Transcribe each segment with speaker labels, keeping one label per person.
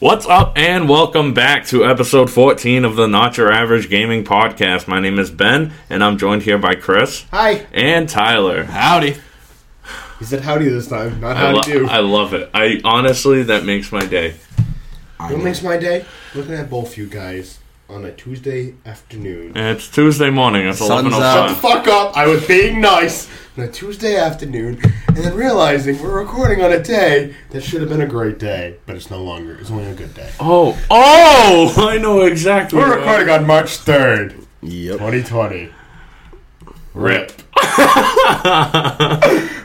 Speaker 1: What's up, and welcome back to episode 14 of the Not Your Average Gaming Podcast. My name is Ben, and I'm joined here by Chris
Speaker 2: Hi.
Speaker 1: and Tyler.
Speaker 3: Howdy.
Speaker 2: He said howdy this time, not
Speaker 1: I,
Speaker 2: how
Speaker 1: lo-
Speaker 2: to do.
Speaker 1: I love it. I honestly, that makes my day.
Speaker 2: what makes my day? Looking at both you guys on a Tuesday afternoon.
Speaker 1: And it's Tuesday morning. It's
Speaker 3: Sun's
Speaker 1: eleven oh
Speaker 2: Shut the
Speaker 1: five.
Speaker 2: fuck up! I was being nice on a Tuesday afternoon, and then realizing we're recording on a day that should have been a great day, but it's no longer. It's only a good day.
Speaker 1: Oh, oh! I know exactly.
Speaker 2: We're
Speaker 1: what-
Speaker 2: recording on March third,
Speaker 3: Yep.
Speaker 2: 2020.
Speaker 1: Rip.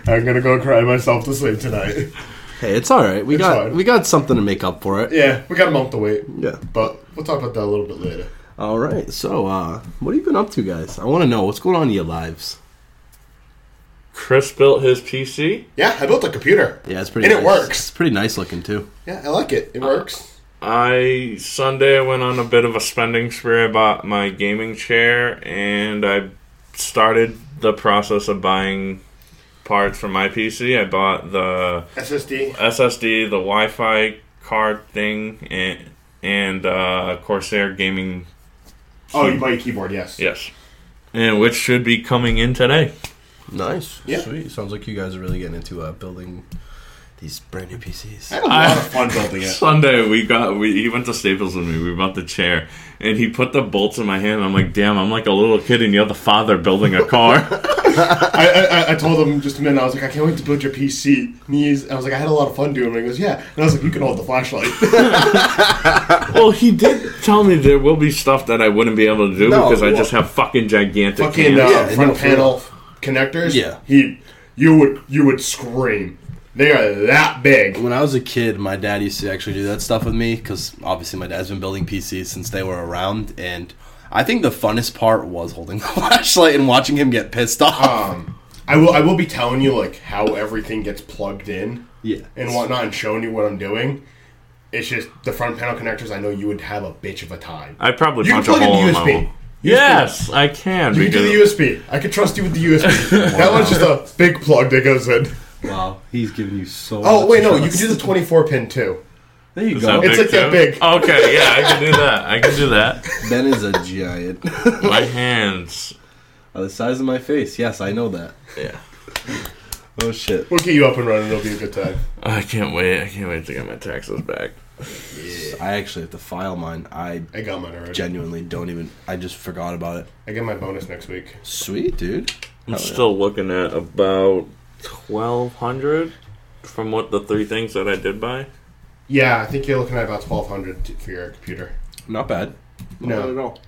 Speaker 2: I'm gonna go cry myself to sleep tonight.
Speaker 3: Hey, it's all right. We
Speaker 2: It's
Speaker 3: got
Speaker 2: fine.
Speaker 3: we got something to make up for it.
Speaker 2: Yeah, we got a month to wait,
Speaker 3: Yeah.
Speaker 2: but we'll talk about that a little bit later.
Speaker 3: All right. So, uh, what have you been up to, guys? I want to know what's going on in your lives.
Speaker 1: Chris built his PC.
Speaker 2: Yeah, I built a computer.
Speaker 3: Yeah, it's pretty.
Speaker 2: And it
Speaker 3: nice.
Speaker 2: works.
Speaker 3: It's pretty nice looking too.
Speaker 2: Yeah, I like it. It works.
Speaker 1: I Sunday I went on a bit of a spending spree. I bought my gaming chair, and I started the process of buying parts for my PC. I bought the
Speaker 2: SSD.
Speaker 1: SSD, the Wi-Fi card thing, and and uh, Corsair gaming.
Speaker 2: Oh, you buy a keyboard? Yes.
Speaker 1: Yes, and which should be coming in today.
Speaker 3: Nice.
Speaker 2: Yeah.
Speaker 3: Sweet. Sounds like you guys are really getting into uh, building these brand new PCs.
Speaker 2: I had a lot of fun building it.
Speaker 1: Sunday we got we he went to Staples with me. We bought the chair, and he put the bolts in my hand. I'm like, damn, I'm like a little kid, and you're the father building a car.
Speaker 2: I, I, I- I told him just a minute. I was like, I can't wait to build your PC. And he's, I was like, I had a lot of fun doing it. He goes, Yeah. And I was like, You can hold the flashlight.
Speaker 1: Well, he did tell me there will be stuff that I wouldn't be able to do
Speaker 3: No,
Speaker 1: because I
Speaker 3: well-
Speaker 1: just have fucking gigantic
Speaker 2: Fucking uh,
Speaker 1: hands.
Speaker 3: Yeah,
Speaker 2: front
Speaker 3: no, for
Speaker 2: panel connectors.
Speaker 3: Yeah.
Speaker 2: He, you would, you would scream. They are that big.
Speaker 3: When I was a kid, my dad used to actually do that stuff with me because obviously my dad's been building PCs since they were around, and I think the funnest part was holding the flashlight and watching him get pissed off.
Speaker 2: Um, I will, I will be telling you like how everything gets plugged in
Speaker 3: yeah.
Speaker 2: and whatnot, and showing you what I'm doing. It's just the front panel connectors. I know you would have a bitch of a time.
Speaker 1: I probably
Speaker 2: You can
Speaker 1: punch
Speaker 2: plug
Speaker 1: a
Speaker 2: in
Speaker 1: hole in my
Speaker 2: USB.
Speaker 1: wall. Yes, I can.
Speaker 2: You can
Speaker 1: because
Speaker 2: do the USB. I could trust you with the USB. That one's just a big plug that goes in.
Speaker 3: Wow, he's giving you so.
Speaker 2: Oh
Speaker 3: much
Speaker 2: wait, no,
Speaker 3: trust.
Speaker 2: you can do the 24 pin too.
Speaker 3: There you
Speaker 1: Is that
Speaker 3: go.
Speaker 2: It's
Speaker 1: big
Speaker 2: like that
Speaker 1: too?
Speaker 2: big.
Speaker 1: Okay, yeah, I can do that. I can do that.
Speaker 3: Ben is a giant.
Speaker 1: My hands.
Speaker 3: Are Oh, the size of my face. Yes, I know that.
Speaker 1: Yeah.
Speaker 3: Oh shit.
Speaker 2: We'll get you up and running. It'll be a good time.
Speaker 1: I can't wait. I can't wait to get my taxes back.
Speaker 3: I actually have to file mine. I
Speaker 2: I got mine already.
Speaker 3: genuinely don't even. I just forgot about it.
Speaker 2: I get my bonus next week.
Speaker 3: Sweet, dude.
Speaker 1: I'm
Speaker 3: Hell yeah.
Speaker 1: still looking at about twelve hundred from what the three things that I did buy.
Speaker 2: Yeah, I think you're looking at about 1,200 t- for your computer.
Speaker 3: Not bad. Not
Speaker 2: No.
Speaker 3: bad at all.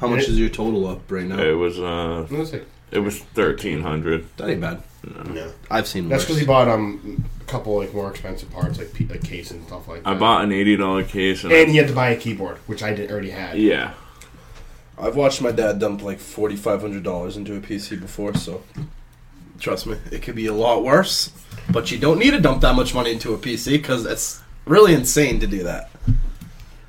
Speaker 3: How much
Speaker 2: It-
Speaker 3: is your total up right now?
Speaker 1: It was uh,
Speaker 2: What is it?
Speaker 1: it was thirteen hundred.
Speaker 3: That ain't bad.
Speaker 2: No,
Speaker 3: I've seen
Speaker 2: that's
Speaker 3: worse.
Speaker 2: because he bought um a couple like more expensive parts like, pe- like case and stuff like that.
Speaker 1: I bought an eighty dollar case and, I-
Speaker 2: and he had to buy a keyboard, which I did already had.
Speaker 1: yeah.
Speaker 3: I've watched my dad dump like forty five hundred dollars into a PC before, so trust me, it could be a lot worse. But you don't need to dump that much money into a PC because it's really insane to do that.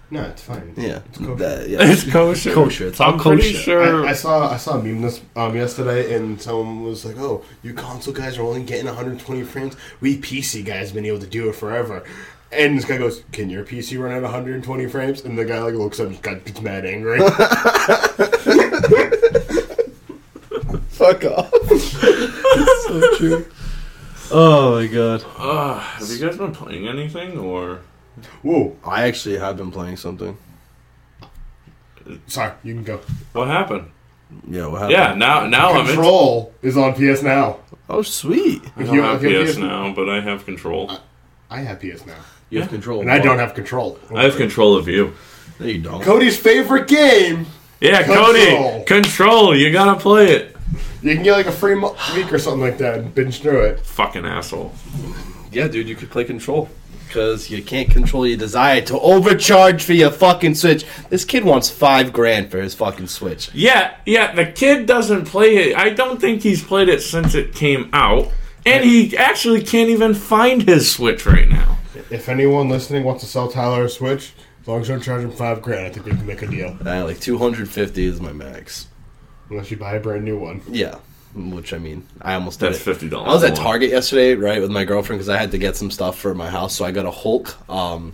Speaker 2: No, it's fine.
Speaker 3: Yeah,
Speaker 2: It's cool.
Speaker 3: That- yeah.
Speaker 1: It's kosher.
Speaker 3: Kosher. It's all
Speaker 1: I'm pretty
Speaker 3: kosher.
Speaker 1: sure.
Speaker 2: I, I saw I saw a meme this um, yesterday, and someone was like, "Oh, you console guys are only getting 120 frames. We PC guys been able to do it forever." And this guy goes, "Can your PC run at 120 frames?" And the guy like looks up, and got gets mad angry.
Speaker 3: Fuck off. so true. Oh my god.
Speaker 1: Ugh, have you guys been playing anything or?
Speaker 2: Whoa,
Speaker 3: I actually have been playing something.
Speaker 2: sorry, you can go.
Speaker 1: What happened?
Speaker 3: Yeah, what happened?
Speaker 1: Yeah, now now I'm in.
Speaker 2: Control is on PS now.
Speaker 3: Oh sweet.
Speaker 1: I
Speaker 2: You-
Speaker 1: don't have
Speaker 2: if you have
Speaker 1: PS now, but I have control.
Speaker 2: I have PS now,
Speaker 3: You have
Speaker 1: Yeah.
Speaker 3: control.
Speaker 2: and I don't have control.
Speaker 1: I have control of you.
Speaker 3: There you don't.
Speaker 2: Cody's favorite game.
Speaker 1: Yeah, Cody,
Speaker 2: Control.
Speaker 1: control. You gotta play it.
Speaker 2: You can get like a free mo- week or something like that and binge through it.
Speaker 1: Fucking asshole.
Speaker 3: Yeah, dude, you could play control. Cause you can't control your desire to overcharge for your fucking switch. This kid wants five grand for his fucking switch.
Speaker 1: Yeah, yeah. The kid doesn't play it. I don't think he's played it since it came out, and he actually can't even find his Switch right now.
Speaker 2: If anyone listening wants to sell Tyler a Switch, as long as you don't charge him five grand, I think we can make a deal.
Speaker 3: Uh, like two hundred fifty is my max.
Speaker 2: Unless you buy a brand new one.
Speaker 3: Yeah. Which I mean, I almost did
Speaker 1: That's
Speaker 3: it.
Speaker 1: fifty dollars.
Speaker 3: I was at Target yesterday, right, with my girlfriend because I had to get some stuff for my house. So I got a Hulk, um,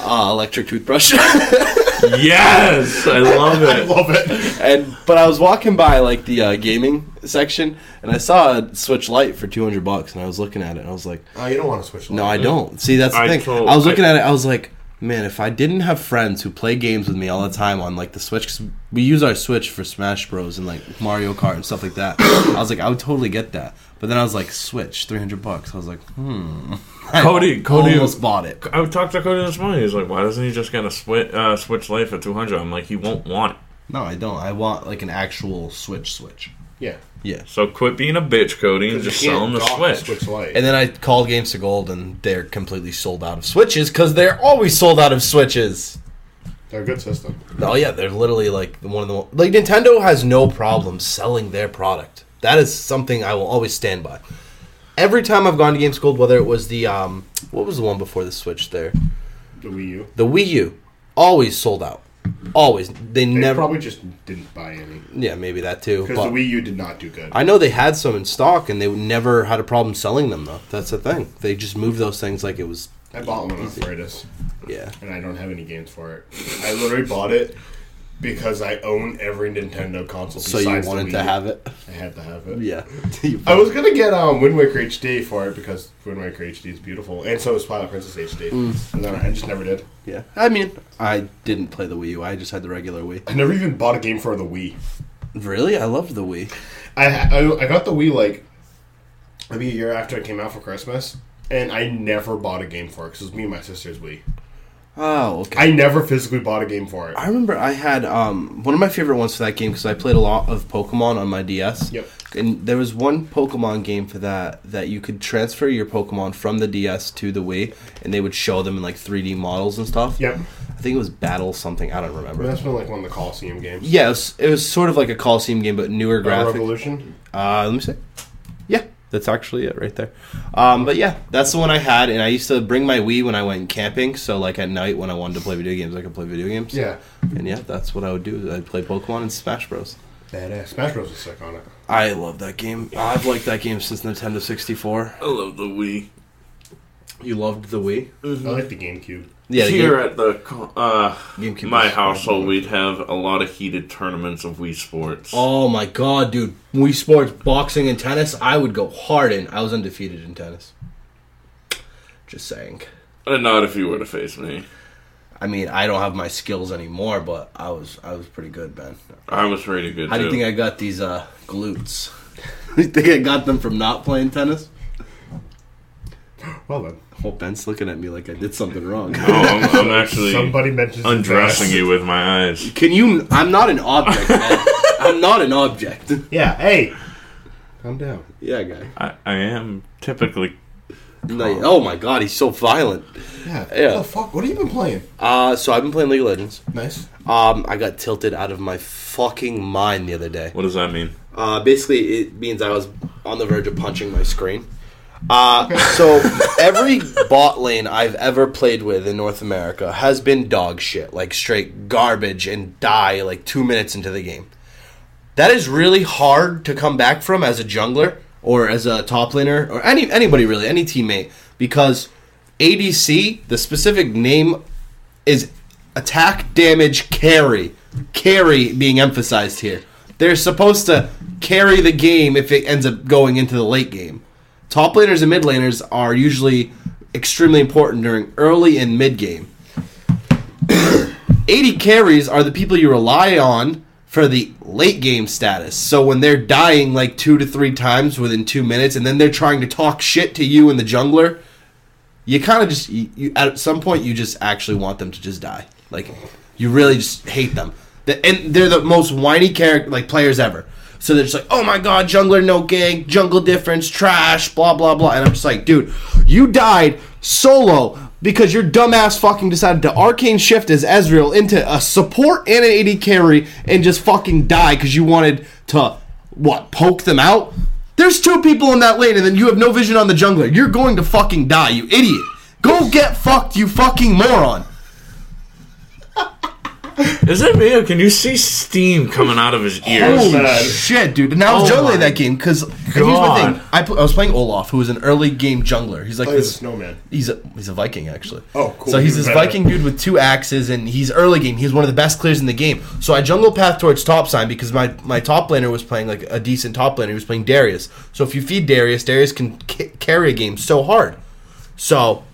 Speaker 3: uh, electric toothbrush.
Speaker 1: yes, I love
Speaker 2: I
Speaker 1: it.
Speaker 2: love it.
Speaker 3: and but I was walking by like the uh, gaming section, and I saw a Switch Lite for two hundred bucks, and I was looking at it, and I was like,
Speaker 2: Oh, you don't want to switch.
Speaker 3: No, I don't. See, that's the
Speaker 1: I
Speaker 3: thing.
Speaker 1: told-
Speaker 3: I was looking
Speaker 1: I-
Speaker 3: at it. I was like, man, if I didn't have friends who play games with me all the time on like the Switch, because we use our Switch for Smash Bros and like Mario Kart and stuff like that. I was like, I would totally get that. But then I was like, Switch, three hundred bucks. I was like, hmm. I
Speaker 1: Cody- Cody-
Speaker 3: almost bought it.
Speaker 1: I talked to Cody this morning. He's like, "Why doesn't he just get a swi- uh, Switch Lite for 200 I'm like, "He won't want it."
Speaker 3: No, I don't. I want like an actual Switch Switch.
Speaker 2: Yeah.
Speaker 3: Yes.
Speaker 1: So quit being a bitch, Cody, and
Speaker 2: You
Speaker 1: just
Speaker 2: can't
Speaker 1: sell him the
Speaker 2: dock
Speaker 1: Switch.
Speaker 2: Switch Lite.
Speaker 4: And then I called Games to Gold, and they're completely sold out of Switches because they're always sold out of Switches.
Speaker 2: They're a good system.
Speaker 4: Oh yeah, they're literally like one of the like Nintendo has no problem selling their product. That is something I will always stand by. Every time I've gone to Games Gold, whether it was the um, what was the one before the Switch there,
Speaker 2: The Wii U.
Speaker 4: the Wii U, always sold out. Always, they,
Speaker 2: They
Speaker 4: never.
Speaker 2: probably just didn't buy any
Speaker 4: yeah, maybe that too.
Speaker 2: because
Speaker 4: But
Speaker 2: the Wii U did not do good.
Speaker 4: I know they had some in stock, and they never had a problem selling them though. That's the thing. They just moved those things like it was.
Speaker 2: I bought one on Fridays.
Speaker 4: Yeah.
Speaker 2: and I don't have any games for it. I literally bought it because I own every Nintendo console.
Speaker 4: So you
Speaker 2: besides the
Speaker 4: wanted
Speaker 2: Wii
Speaker 4: to
Speaker 2: U.
Speaker 4: have it?
Speaker 2: I had to have it.
Speaker 4: Yeah.
Speaker 2: I was gonna get um, Wind Waker HD for it because Wind Waker HD is beautiful, and so is Twilight Princess HD.
Speaker 3: Mm.
Speaker 2: And then I just never did.
Speaker 3: Yeah.
Speaker 4: I mean,
Speaker 3: I didn't play the Wii U. I just had the regular Wii.
Speaker 2: I never even bought a game for the Wii.
Speaker 3: Really? I loved the Wii.
Speaker 2: I ha- I, I got the Wii like maybe a year after it came out for Christmas, and I never bought a game for it because it was me and my sister's Wii.
Speaker 3: Oh, okay.
Speaker 2: I never physically bought a game for it.
Speaker 3: I remember I had um, one of my favorite ones for that game because I played a lot of Pokemon on my DS.
Speaker 2: Yep.
Speaker 3: And there was one Pokemon game for that that you could transfer your Pokemon from the DS to the Wii, and they would show them in like 3D models and stuff.
Speaker 2: Yep,
Speaker 3: I think it was Battle something. I don't remember.
Speaker 2: that's been like one of the Coliseum games.
Speaker 3: Yeah, it was, it was sort of like a Coliseum game, but newer
Speaker 2: Uh,
Speaker 3: graphics.
Speaker 2: Revolution.
Speaker 3: Uh, let me see. Yeah, that's actually it right there. Um, but yeah, that's the one I had, and I used to bring my Wii when I went camping. So like at night when I wanted to play video games, I could play video games.
Speaker 2: Yeah.
Speaker 3: and yeah, that's what I would do. is I'd play Pokemon and Smash Bros.
Speaker 2: Badass. Smash Bros is sick on it.
Speaker 3: I love that game. I've liked that game since Nintendo 64.
Speaker 1: I love the Wii.
Speaker 3: You loved the Wii.
Speaker 2: I like the GameCube.
Speaker 3: Yeah, the
Speaker 1: Here at the co- uh,
Speaker 3: game, GameCube.
Speaker 1: my
Speaker 3: was-
Speaker 1: household, we'd have a lot of heated tournaments of Wii Sports.
Speaker 4: Oh my god, dude! Wii Sports, boxing, and tennis. I would go hard in. I was undefeated in tennis. Just saying.
Speaker 1: And Uh, not if you were to face me.
Speaker 4: I mean, I don't have my skills anymore, but I was I was pretty good, Ben.
Speaker 1: I was pretty good.
Speaker 4: How do you
Speaker 1: too.
Speaker 4: think I got these uh, glutes? you think I got them from not playing tennis?
Speaker 2: Well then,
Speaker 3: Oh, Ben's looking at me like I did something wrong.
Speaker 1: No, Oh, I'm, I'm actually
Speaker 2: somebody mentions his
Speaker 1: undressing
Speaker 2: ass.
Speaker 1: you with my eyes.
Speaker 3: Can you? I'm not an object. Ben. I'm not an object.
Speaker 2: Yeah. Hey. Calm down.
Speaker 3: Yeah, guy.
Speaker 1: I, I am typically.
Speaker 3: Like, oh my god, he's so violent.
Speaker 2: Yeah.
Speaker 3: Yeah.
Speaker 2: What the fuck? What have you been playing?
Speaker 3: Uh, so I've been playing League of Legends.
Speaker 2: Nice.
Speaker 3: Um, I got tilted out of my fucking mind the other day.
Speaker 1: What does that mean?
Speaker 3: Uh, basically, it means I was on the verge of punching my screen. Uh, so every bot lane I've ever played with in North America has been dog shit, like straight garbage, and die like two minutes into the game. That is really hard to come back from as a jungler or as a top laner or any anybody really, any teammate, because ADC, the specific name is attack damage carry. Carry being emphasized here. They're supposed to carry the game if it ends up going into the late game. Top laners and mid laners are usually extremely important during early and mid game. 80 carries are the people you rely on for the late game status. So when they're dying like two to three times within two minutes, and then they're trying to talk shit to you and the jungler, you kind of just you, you at some point you just actually want them to just die. Like you really just hate them, The- and they're the most whiny character like players ever. So they're just like, oh my god, jungler no gank, jungle difference, trash, blah blah blah. And I'm just like, dude, you died solo because your dumbass fucking decided to arcane shift as Ezreal into a support and an AD carry and just fucking die because you wanted to what poke them out. There's two people in that lane, and then you have no vision on the jungler. You're going to fucking die, you idiot. Go get fucked, you fucking moron.
Speaker 1: Is it me or can you see steam coming out of his ears?
Speaker 2: Oh,
Speaker 3: Holy
Speaker 2: God.
Speaker 3: shit, dude! And I was
Speaker 1: Oh
Speaker 3: jungling
Speaker 1: my
Speaker 3: that game because here's my
Speaker 1: God.
Speaker 3: thing: I, pl- I was playing Olaf, who was an early game jungler. He's like
Speaker 2: Oh, he's a
Speaker 3: this.
Speaker 2: snowman.
Speaker 3: He's a he's a Viking actually.
Speaker 2: Oh, cool.
Speaker 3: So he's
Speaker 2: Even
Speaker 3: this
Speaker 2: better.
Speaker 3: Viking dude with two axes, and he's early game. He's one of the best clears in the game. So I jungle path towards top sign because my my top laner was playing like a decent top laner. He was playing Darius. So if you feed Darius, Darius can ca- carry a game so hard. So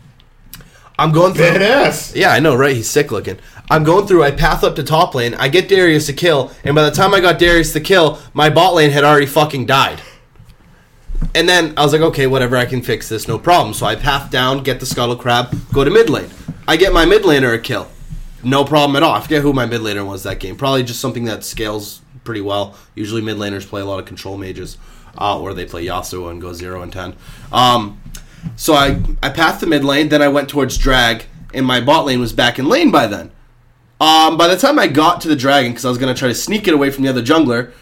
Speaker 3: I'm going through.
Speaker 2: Badass.
Speaker 3: Yeah, I know, right? He's sick looking. I'm going through. I path up to top lane. I get Darius to kill, and by the time I got Darius to kill, my bot lane had already fucking died. And then I was like, okay, whatever, I can fix this, no problem. So I path down, get the scuttle crab, go to mid lane. I get my mid laner a kill, no problem at all. I forget who my mid laner was that game. Probably just something that scales pretty well. Usually mid laners play a lot of control mages, uh, or they play Yasuo and go zero and ten. Um, so I, I passed the mid lane, then I went towards drag, and my bot lane was back in lane by then. Um, by the time I got to the dragon, because I was going to try to sneak it away from the other jungler,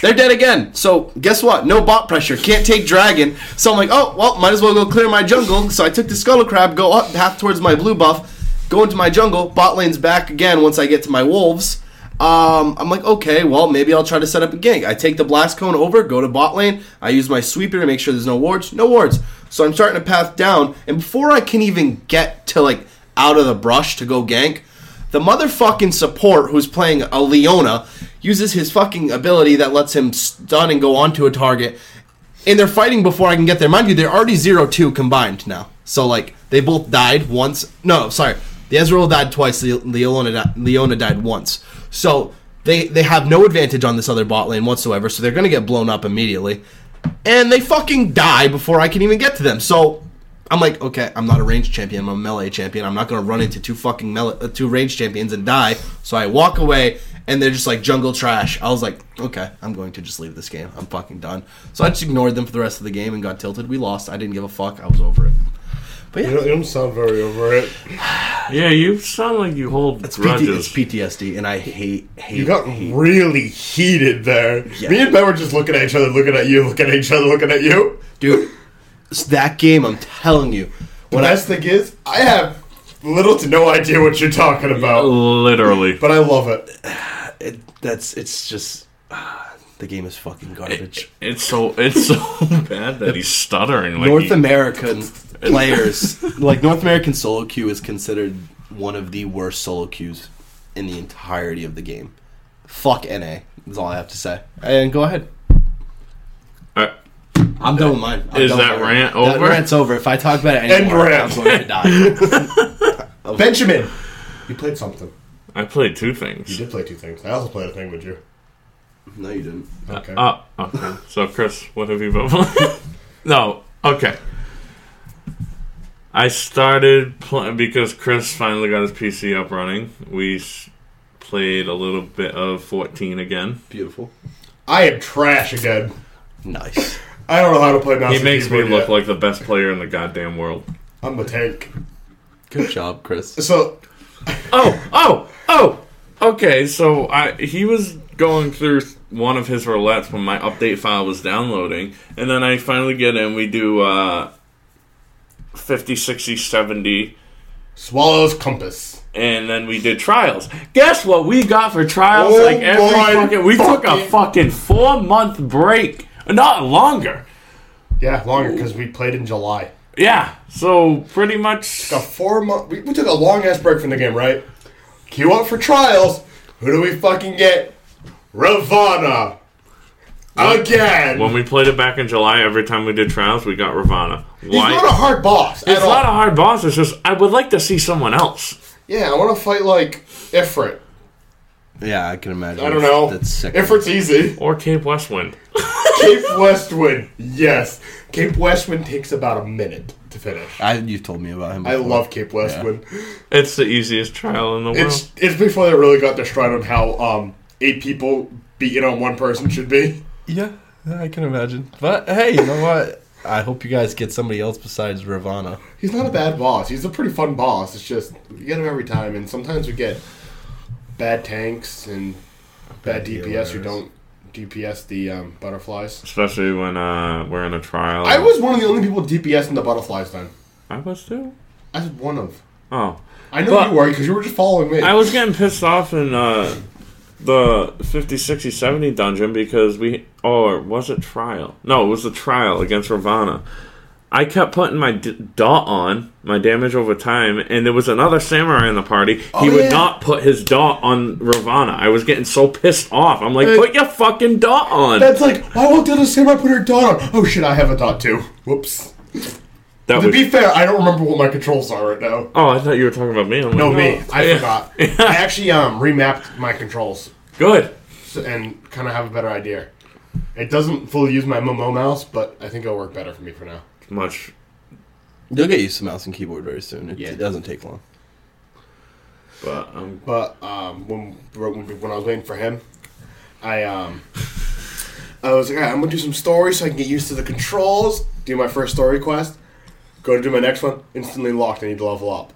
Speaker 3: they're dead again. So guess what? No bot pressure. Can't take dragon. So I'm like, oh, well, might as well go clear my jungle. So I took the scuttle crab, go up half towards my blue buff, go into my jungle. Bot lane's back again once I get to my wolves. Um, I'm like, okay, well, maybe I'll try to set up a gank. I take the blast cone over, go to bot lane. I use my sweeper to make sure there's no wards. No wards. So I'm starting to path down, and before I can even get to like out of the brush to go gank, the motherfucking support who's playing a Leona uses his fucking ability that lets him stun and go onto a target, and they're fighting before I can get there. Mind you, they're already 0 2 combined now. So, like, they both died once. No, sorry. The Ezreal died twice, the Leona, di- Leona died once. So, they, they have no advantage on this other bot lane whatsoever, so they're going to get blown up immediately. And they fucking die before I can even get to them. So, I'm like, okay, I'm not a range champion. I'm a melee champion. I'm not gonna run into two fucking melee, uh, two range champions and die. So I walk away, and they're just like jungle trash. I was like, okay, I'm going to just leave this game. I'm fucking done. So I just ignored them for the rest of the game and got tilted. We lost. I didn't give a fuck. I was over it. But
Speaker 2: You
Speaker 3: yeah,
Speaker 2: don't, you don't sound very over it.
Speaker 1: Yeah, you sound like you hold
Speaker 3: it's, PT,
Speaker 1: grudges.
Speaker 3: it's PTSD, and I hate hate.
Speaker 2: You got
Speaker 3: hate.
Speaker 2: really heated there.
Speaker 3: Yeah.
Speaker 2: Me and Ben were just looking at each other, looking at you, looking at each other, looking at you.
Speaker 3: dude. it's that game, I'm telling you.
Speaker 2: The best thing is, I have little to no idea what you're talking about,
Speaker 1: Oh. Literally.
Speaker 2: but I love it.
Speaker 3: It, that's it's just ah, the game is fucking garbage.
Speaker 1: It's so it's so bad that he's stuttering. Like
Speaker 3: North
Speaker 1: he-
Speaker 3: American players, like North American solo queue, is considered one of the worst solo queues in the entirety of the game. Fuck NA. That's all I have to say. And go ahead.
Speaker 1: Uh,
Speaker 3: I'm done with mine. I'm
Speaker 1: Is
Speaker 3: done
Speaker 1: that
Speaker 3: with mine.
Speaker 1: rant
Speaker 3: That
Speaker 1: over?
Speaker 3: rant's over. If I talk about it
Speaker 2: End
Speaker 3: anymore,
Speaker 2: rant.
Speaker 3: I'm going to die.
Speaker 1: Oh.
Speaker 2: Benjamin, you played something.
Speaker 1: I played two
Speaker 2: You
Speaker 1: things.
Speaker 2: did play two things. I also played a thing with you.
Speaker 3: no, you didn't.
Speaker 2: Okay.
Speaker 1: Oh, okay. So Chris, what have you been playing? no, okay. I started playing because Chris finally got his PC up running. We s- played a little bit of 14 again.
Speaker 3: Beautiful.
Speaker 2: I am trash again.
Speaker 3: Nice.
Speaker 2: I don't know how to play mouse.
Speaker 1: He
Speaker 2: and
Speaker 1: makes me
Speaker 2: keyboard
Speaker 1: look
Speaker 2: yet.
Speaker 1: like the best player in the goddamn world.
Speaker 2: I'm a tank.
Speaker 3: Good job, Chris.
Speaker 2: So
Speaker 1: Oh, oh, oh. Okay, so I he was going through one of his roulettes when my update file was downloading, and then I finally get in. We do uh, 50, 60, 70,
Speaker 2: swallows compass.
Speaker 1: and then we did trials. Guess what we got for trials?
Speaker 2: Oh
Speaker 1: like every
Speaker 2: my
Speaker 1: fucking, we took a
Speaker 2: fucking-
Speaker 1: fucking four month break, not longer.
Speaker 2: Yeah, longer because we played in July.
Speaker 1: Yeah, so pretty much
Speaker 2: A four month. We, we took a long ass break from the game, right? Queue up for trials. Who do we fucking get? Ravana. Again.
Speaker 1: when we played it back in July, every time we did trials, we got Ravana.
Speaker 2: He's
Speaker 1: Why?
Speaker 2: not a hard boss at
Speaker 1: It's
Speaker 2: all.
Speaker 1: not a hard boss. It's just I would like to see someone else.
Speaker 2: yeah, I want to fight like Ifrit.
Speaker 3: Yeah, I can imagine.
Speaker 2: I don't know.
Speaker 3: That's sick.
Speaker 2: Ifrit's easy.
Speaker 1: Or Cape Westwind.
Speaker 2: Cape Westwind. Yes. Cape Westwind takes about a minute to finish.
Speaker 3: I, you've told me about him.
Speaker 2: I
Speaker 3: before.
Speaker 2: love Cape Westwind.
Speaker 1: It's the easiest trial in the world.
Speaker 2: It's it's before they really got their stride on how um eight people beating on one person should be.
Speaker 3: Yeah, I can imagine. But hey, you know what? I hope you guys get somebody else besides Ravana.
Speaker 2: He's not a bad boss. He's a pretty fun boss. It's just you get him every time, and sometimes we get bad tanks and bad DPS who
Speaker 3: healers.
Speaker 2: don't DPS the um, butterflies.
Speaker 1: Especially when uh, we're in a trial.
Speaker 2: I was one of the only people DPS in the butterflies then.
Speaker 1: I was too.
Speaker 2: I was one of.
Speaker 1: Oh,
Speaker 2: I know
Speaker 1: But-
Speaker 2: you were because you were just following me.
Speaker 1: I was getting pissed off in uh, the 50, 60, 70 dungeon because we. Or was it trial? No, it was the trial against Ravana. I kept putting my d- dot on, my damage over time, and there was another samurai in the party. He
Speaker 2: Oh,
Speaker 1: would
Speaker 5: yeah.
Speaker 1: not put his dot on Ravana. I was getting so pissed off. I'm like,
Speaker 2: Hey.
Speaker 1: put your fucking dot on.
Speaker 2: That's like, I won't do the same. I put her dot on. Oh shit, I have a dot too. Whoops.
Speaker 1: that
Speaker 2: To
Speaker 1: was.
Speaker 2: be fair, I don't remember what my controls are right now.
Speaker 1: oh, I thought you were talking about me. I'm like,
Speaker 2: No, me. I
Speaker 1: Yeah.
Speaker 2: forgot. I actually um, remapped my controls
Speaker 1: Good.
Speaker 2: so- and kind of have a better idea. It doesn't fully use my Momo mouse, but I think it'll work better for me for now.
Speaker 1: Much.
Speaker 3: You'll get used to mouse and keyboard very soon. It,
Speaker 2: Yeah.
Speaker 3: it doesn't take long.
Speaker 1: But um,
Speaker 2: But um, when when I was waiting for him, I um, I was like, "Alright, I'm gonna do some stories so I can get used to the controls. Do my first story quest. Go to do my next one. Instantly locked. I need to level up.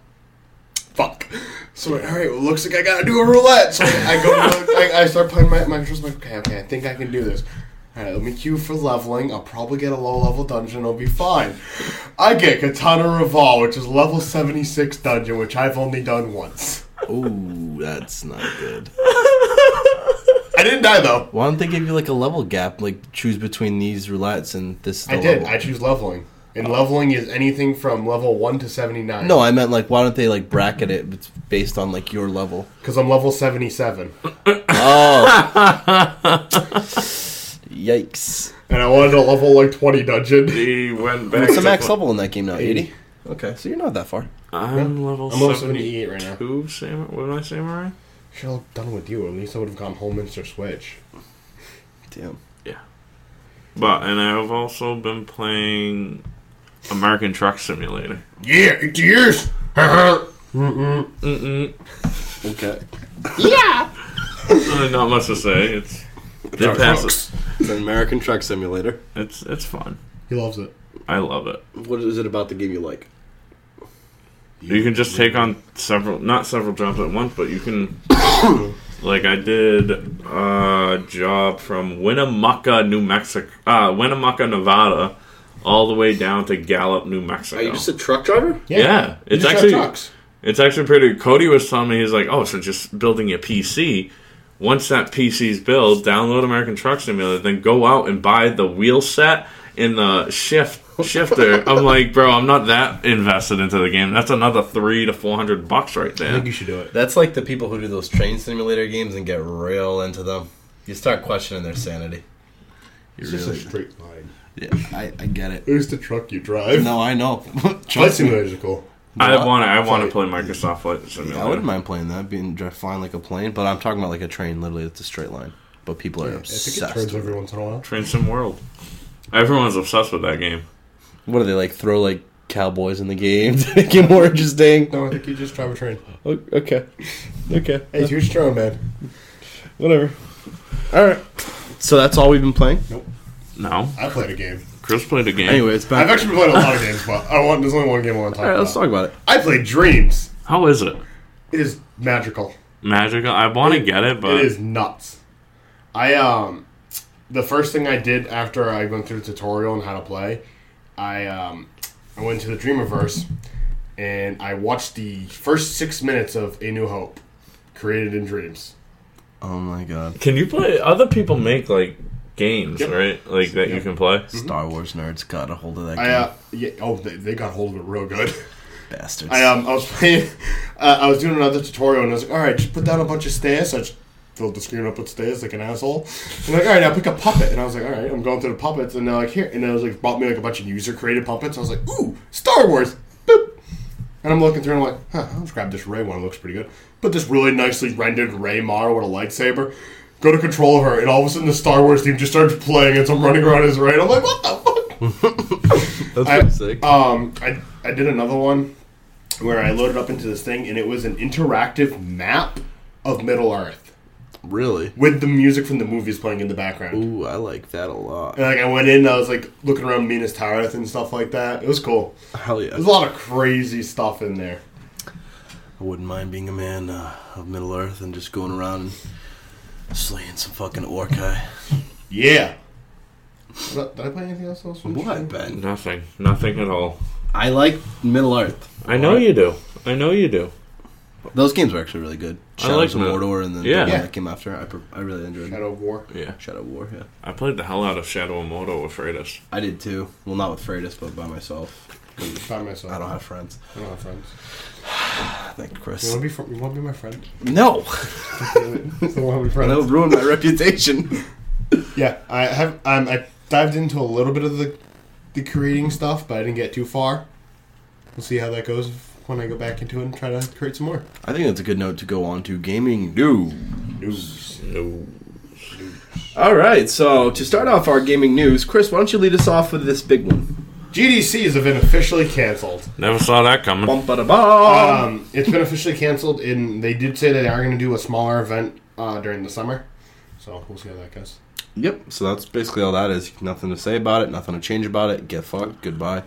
Speaker 2: Fuck. So I'm like, all right, well, looks like I gotta do a roulette. So I go, I, I start playing my my controls. I'm like, okay, okay, I think I can do this. All right, let me queue for leveling. I'll probably get a low level dungeon. I'll be fine. I get Katana Reval, which is level 76 dungeon, which I've only done once.
Speaker 3: Ooh, that's not good.
Speaker 2: I didn't die though.
Speaker 3: Why don't they give you like a level gap? Like choose between these roulettes and this. Is the
Speaker 2: I did.
Speaker 3: level?
Speaker 2: I choose leveling, and leveling is anything from level one to seventy nine.
Speaker 3: no, I meant like why don't they like bracket it It's based on like your level?
Speaker 2: because I'm level seventy seven,
Speaker 3: Oh, yikes!
Speaker 2: and I wanted to level like twenty dungeon.
Speaker 1: he went back.
Speaker 3: What's the
Speaker 1: to
Speaker 3: max
Speaker 1: pl-
Speaker 3: level in that game now? Eighty.
Speaker 2: 80.
Speaker 3: Okay, so you're not that far.
Speaker 1: I'm level
Speaker 2: I'm
Speaker 1: 70.
Speaker 2: level seventy eight right now.
Speaker 1: Who samurai? What am I samurai?
Speaker 2: Should have done with you. At least I would have gone Holminster Switch.
Speaker 3: Damn.
Speaker 1: But and I've also been playing American Truck Simulator.
Speaker 2: Yeah, it's yours. Mm-mm.
Speaker 1: Mm-mm.
Speaker 5: Okay.
Speaker 1: Uh, not much to say. It's it
Speaker 5: Truck
Speaker 1: passes.
Speaker 5: It's an American Truck Simulator.
Speaker 1: It's it's fun.
Speaker 2: He loves it.
Speaker 1: I love it.
Speaker 5: What is it about the game you like?
Speaker 1: You can just take on several, not several jobs at once, but you can. like I did a job from Winnemucca, New Mexico, uh, Winnemucca, Nevada, all the way down to Gallup, New Mexico.
Speaker 5: Are Oh, you just a truck driver?
Speaker 1: yeah,
Speaker 2: You
Speaker 1: it's
Speaker 2: just got
Speaker 1: actually
Speaker 2: trucks.
Speaker 1: It's actually pretty. Cody was telling me he's like, oh, so just building your PC. Once that PC's built, download American Truck Simulator, then go out and buy the wheel set and the shift shifter. I'm like, bro, I'm not that invested into the game. That's another three to four hundred bucks right
Speaker 2: I
Speaker 1: there.
Speaker 2: think you should do it.
Speaker 3: That's like the people who do those train simulator games and get real into them. You start questioning their sanity.
Speaker 2: It's just a straight line.
Speaker 3: Yeah, I, I get it.
Speaker 2: Who's the truck you drive?
Speaker 3: No, I know.
Speaker 2: Flight
Speaker 3: Trust me.
Speaker 2: simulators are cool.
Speaker 1: I want to. I want to
Speaker 2: Flight.
Speaker 1: play Microsoft Flight
Speaker 3: Yeah, I wouldn't
Speaker 1: Simulator.
Speaker 3: mind playing that, being dri- flying like a plane. But I'm talking about like a train, literally, it's a straight line. But people are
Speaker 2: I think it
Speaker 3: obsessed.
Speaker 2: turns
Speaker 3: with
Speaker 2: every once in a while.
Speaker 1: Train Sim World. Everyone's obsessed with that game.
Speaker 3: it. What do they like? Throw like cowboys in the game to make it more interesting.
Speaker 2: No, I think you just drive a train.
Speaker 3: O- Okay, okay,
Speaker 2: Hey, it's your drone, man.
Speaker 3: whatever. All right. So that's all we've been playing.
Speaker 1: No,
Speaker 2: I played a game.
Speaker 1: Chris played a game.
Speaker 3: Anyway, it's
Speaker 2: I've
Speaker 3: back.
Speaker 2: actually played a lot of games, but I want. There's only one game I want to talk
Speaker 3: All right,
Speaker 2: about.
Speaker 3: let's talk about it.
Speaker 2: I played Dreams.
Speaker 1: How is it?
Speaker 2: It is magical.
Speaker 1: Magical. I want to get it, but
Speaker 2: It is nuts. I um, the first thing I did after I went through the tutorial on how to play, I um, I went to the Dreamiverse, and I watched the first six minutes of A New Hope, created in dreams.
Speaker 3: Oh my god,
Speaker 1: can you play? Other people make like games,
Speaker 2: Yep.
Speaker 1: right? Like that you
Speaker 2: Yep. Mm-hmm.
Speaker 1: can play.
Speaker 3: Star Wars nerds got a hold of that
Speaker 2: I
Speaker 3: game,
Speaker 2: uh, yeah, oh, they, they got hold of it real good.
Speaker 3: bastards.
Speaker 2: I um, I was playing, uh, I was doing another tutorial, and I was like, all right, just put down a bunch of stairs. So I just filled the screen up with stairs like an asshole. And like, all right, now pick a puppet. And I was like, all right, I'm going through the puppets, and they're like, here, and it was like, bought me like a bunch of user created puppets. I was like, ooh, Star Wars. Boop. And I'm looking through, and I'm like, huh, I'll just grab this Ray one. It looks pretty good. Put this really nicely rendered Ray model with a lightsaber. Go to control her, and all of a sudden the Star Wars theme just starts playing, and so I'm running around as Ray. And I'm like, what the fuck?
Speaker 3: that's
Speaker 2: I-
Speaker 3: pretty sick.
Speaker 2: Um, I, I did another one where I loaded up into this thing, and it was an interactive map of Middle Earth
Speaker 3: really?
Speaker 2: with the music from the movies playing in the background.
Speaker 3: Ooh, I like that a lot.
Speaker 2: And like I went in, and I was like looking around Minas Tirith and stuff like that. It was cool.
Speaker 3: Hell yeah!
Speaker 2: There's a lot of crazy stuff in there.
Speaker 3: I wouldn't mind being a man uh, of Middle Earth and just going around and slaying some fucking orcai.
Speaker 2: Yeah. Did I, did I play anything else? else from
Speaker 3: What,
Speaker 2: stream?
Speaker 3: Ben?
Speaker 1: Nothing. Nothing at all.
Speaker 3: I like Middle Earth.
Speaker 1: I know you do. I know you do.
Speaker 3: Those games were actually really good.
Speaker 1: I like
Speaker 3: Shadows of
Speaker 1: that.
Speaker 3: Mordor and then
Speaker 1: Yeah.
Speaker 3: the
Speaker 1: Yeah.
Speaker 3: one that came after. I, pr- I really enjoyed Shadow.
Speaker 2: Shadow of War.
Speaker 1: Yeah.
Speaker 3: Shadow War. Yeah,
Speaker 1: I played the hell out of Shadow of Mordor with Freitas.
Speaker 3: I did too. Well, not with Freitas, but by myself.
Speaker 2: By myself.
Speaker 3: I don't have friends.
Speaker 2: I don't have friends.
Speaker 3: Thank
Speaker 2: You
Speaker 3: Chris.
Speaker 2: want to be fr- you want to be my friend?
Speaker 3: No,
Speaker 2: So we'll have
Speaker 3: that
Speaker 2: friends.
Speaker 3: would ruin my reputation.
Speaker 2: Yeah, I have. Um, I dived into a little bit of the the creating stuff, but I didn't get too far. We'll see how that goes when I go back into it and try to create some more.
Speaker 3: I think that's a good note to go on to gaming news.
Speaker 1: No.
Speaker 3: All right, so to start off our gaming news, Chris, why don't you lead us off with this big one?
Speaker 2: GDC has been officially canceled.
Speaker 1: Never saw that coming.
Speaker 3: Bum ba da ba.
Speaker 2: Um, it's been officially canceled, and they did say that they are going to do a smaller event uh, during the summer. So we'll see how that goes.
Speaker 3: Yep. So that's basically all that is. Nothing to say about it. Nothing to change about it. Get fucked. Goodbye.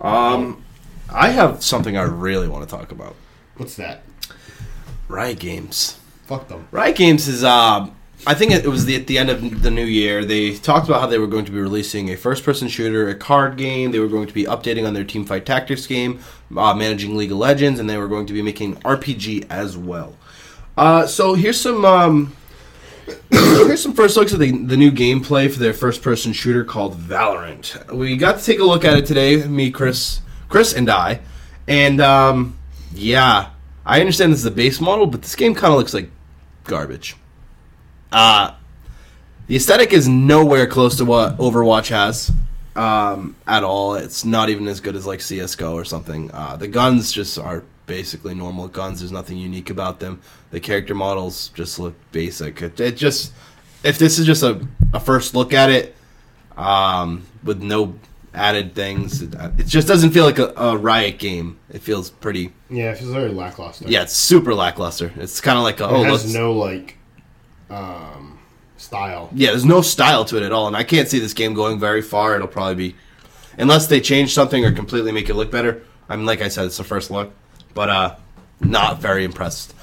Speaker 3: Um, I have something I really want to talk about.
Speaker 2: What's that?
Speaker 3: Riot Games.
Speaker 2: Fuck them.
Speaker 3: Riot Games is. Uh, I think it was the, at the end of the new year. They talked about how they were going to be releasing a first-person shooter, a card game. They were going to be updating on their Team Fight Tactics game, uh, managing League of Legends, and they were going to be making RPG as well. Uh, so here's some um, here's some first looks at the, the new gameplay for their first person shooter called Valorant. We got to take a look at it today, me, Chris, Chris, and I. And um, yeah, I understand this is the base model, but this game kind of looks like garbage. Uh, the aesthetic is nowhere close to what Overwatch has um, at all. It's not even as good as like CS:GO or something. Uh, the guns just are basically normal guns. There's nothing unique about them. The character models just look basic. It, it just if this is just a, a first look at it um, with no added things, it, it just doesn't feel like a, a Riot game. It feels pretty.
Speaker 2: Yeah, it's very lackluster.
Speaker 3: Yeah, it's super lackluster. It's kind of like a,
Speaker 2: it
Speaker 3: oh,
Speaker 2: has
Speaker 3: let's-
Speaker 2: no like um, style.
Speaker 3: yeah, there's no style to it at all, and I can't see this game going very far. It'll probably be, unless they change something or completely make it look better. I mean, like I said, it's the first look, but uh, not very impressed.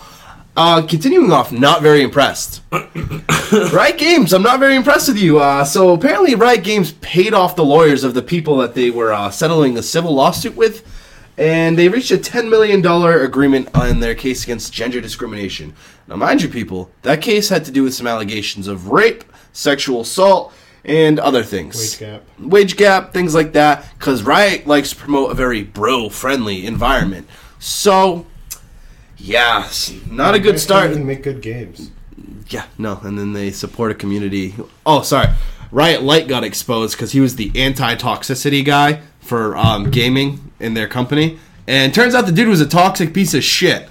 Speaker 3: Uh, continuing off, not very impressed. Riot Games, I'm not very impressed with you. Uh, so apparently, Riot Games paid off the lawyers of the people that they were uh, settling a civil lawsuit with, and they reached a $10 million agreement on their case against gender discrimination. Now, mind you, people, that case had to do with some allegations of rape, sexual assault, and other things
Speaker 2: Wage gap.
Speaker 3: wage gap, things like that, because Riot likes to promote a very bro friendly environment. So, yeah, s- not a good start.
Speaker 2: And make good games.
Speaker 3: Yeah, no, and then they support a community. Oh, sorry. Riot Light got exposed because he was the anti toxicity guy for um, gaming in their company. And turns out the dude was a toxic piece of shit.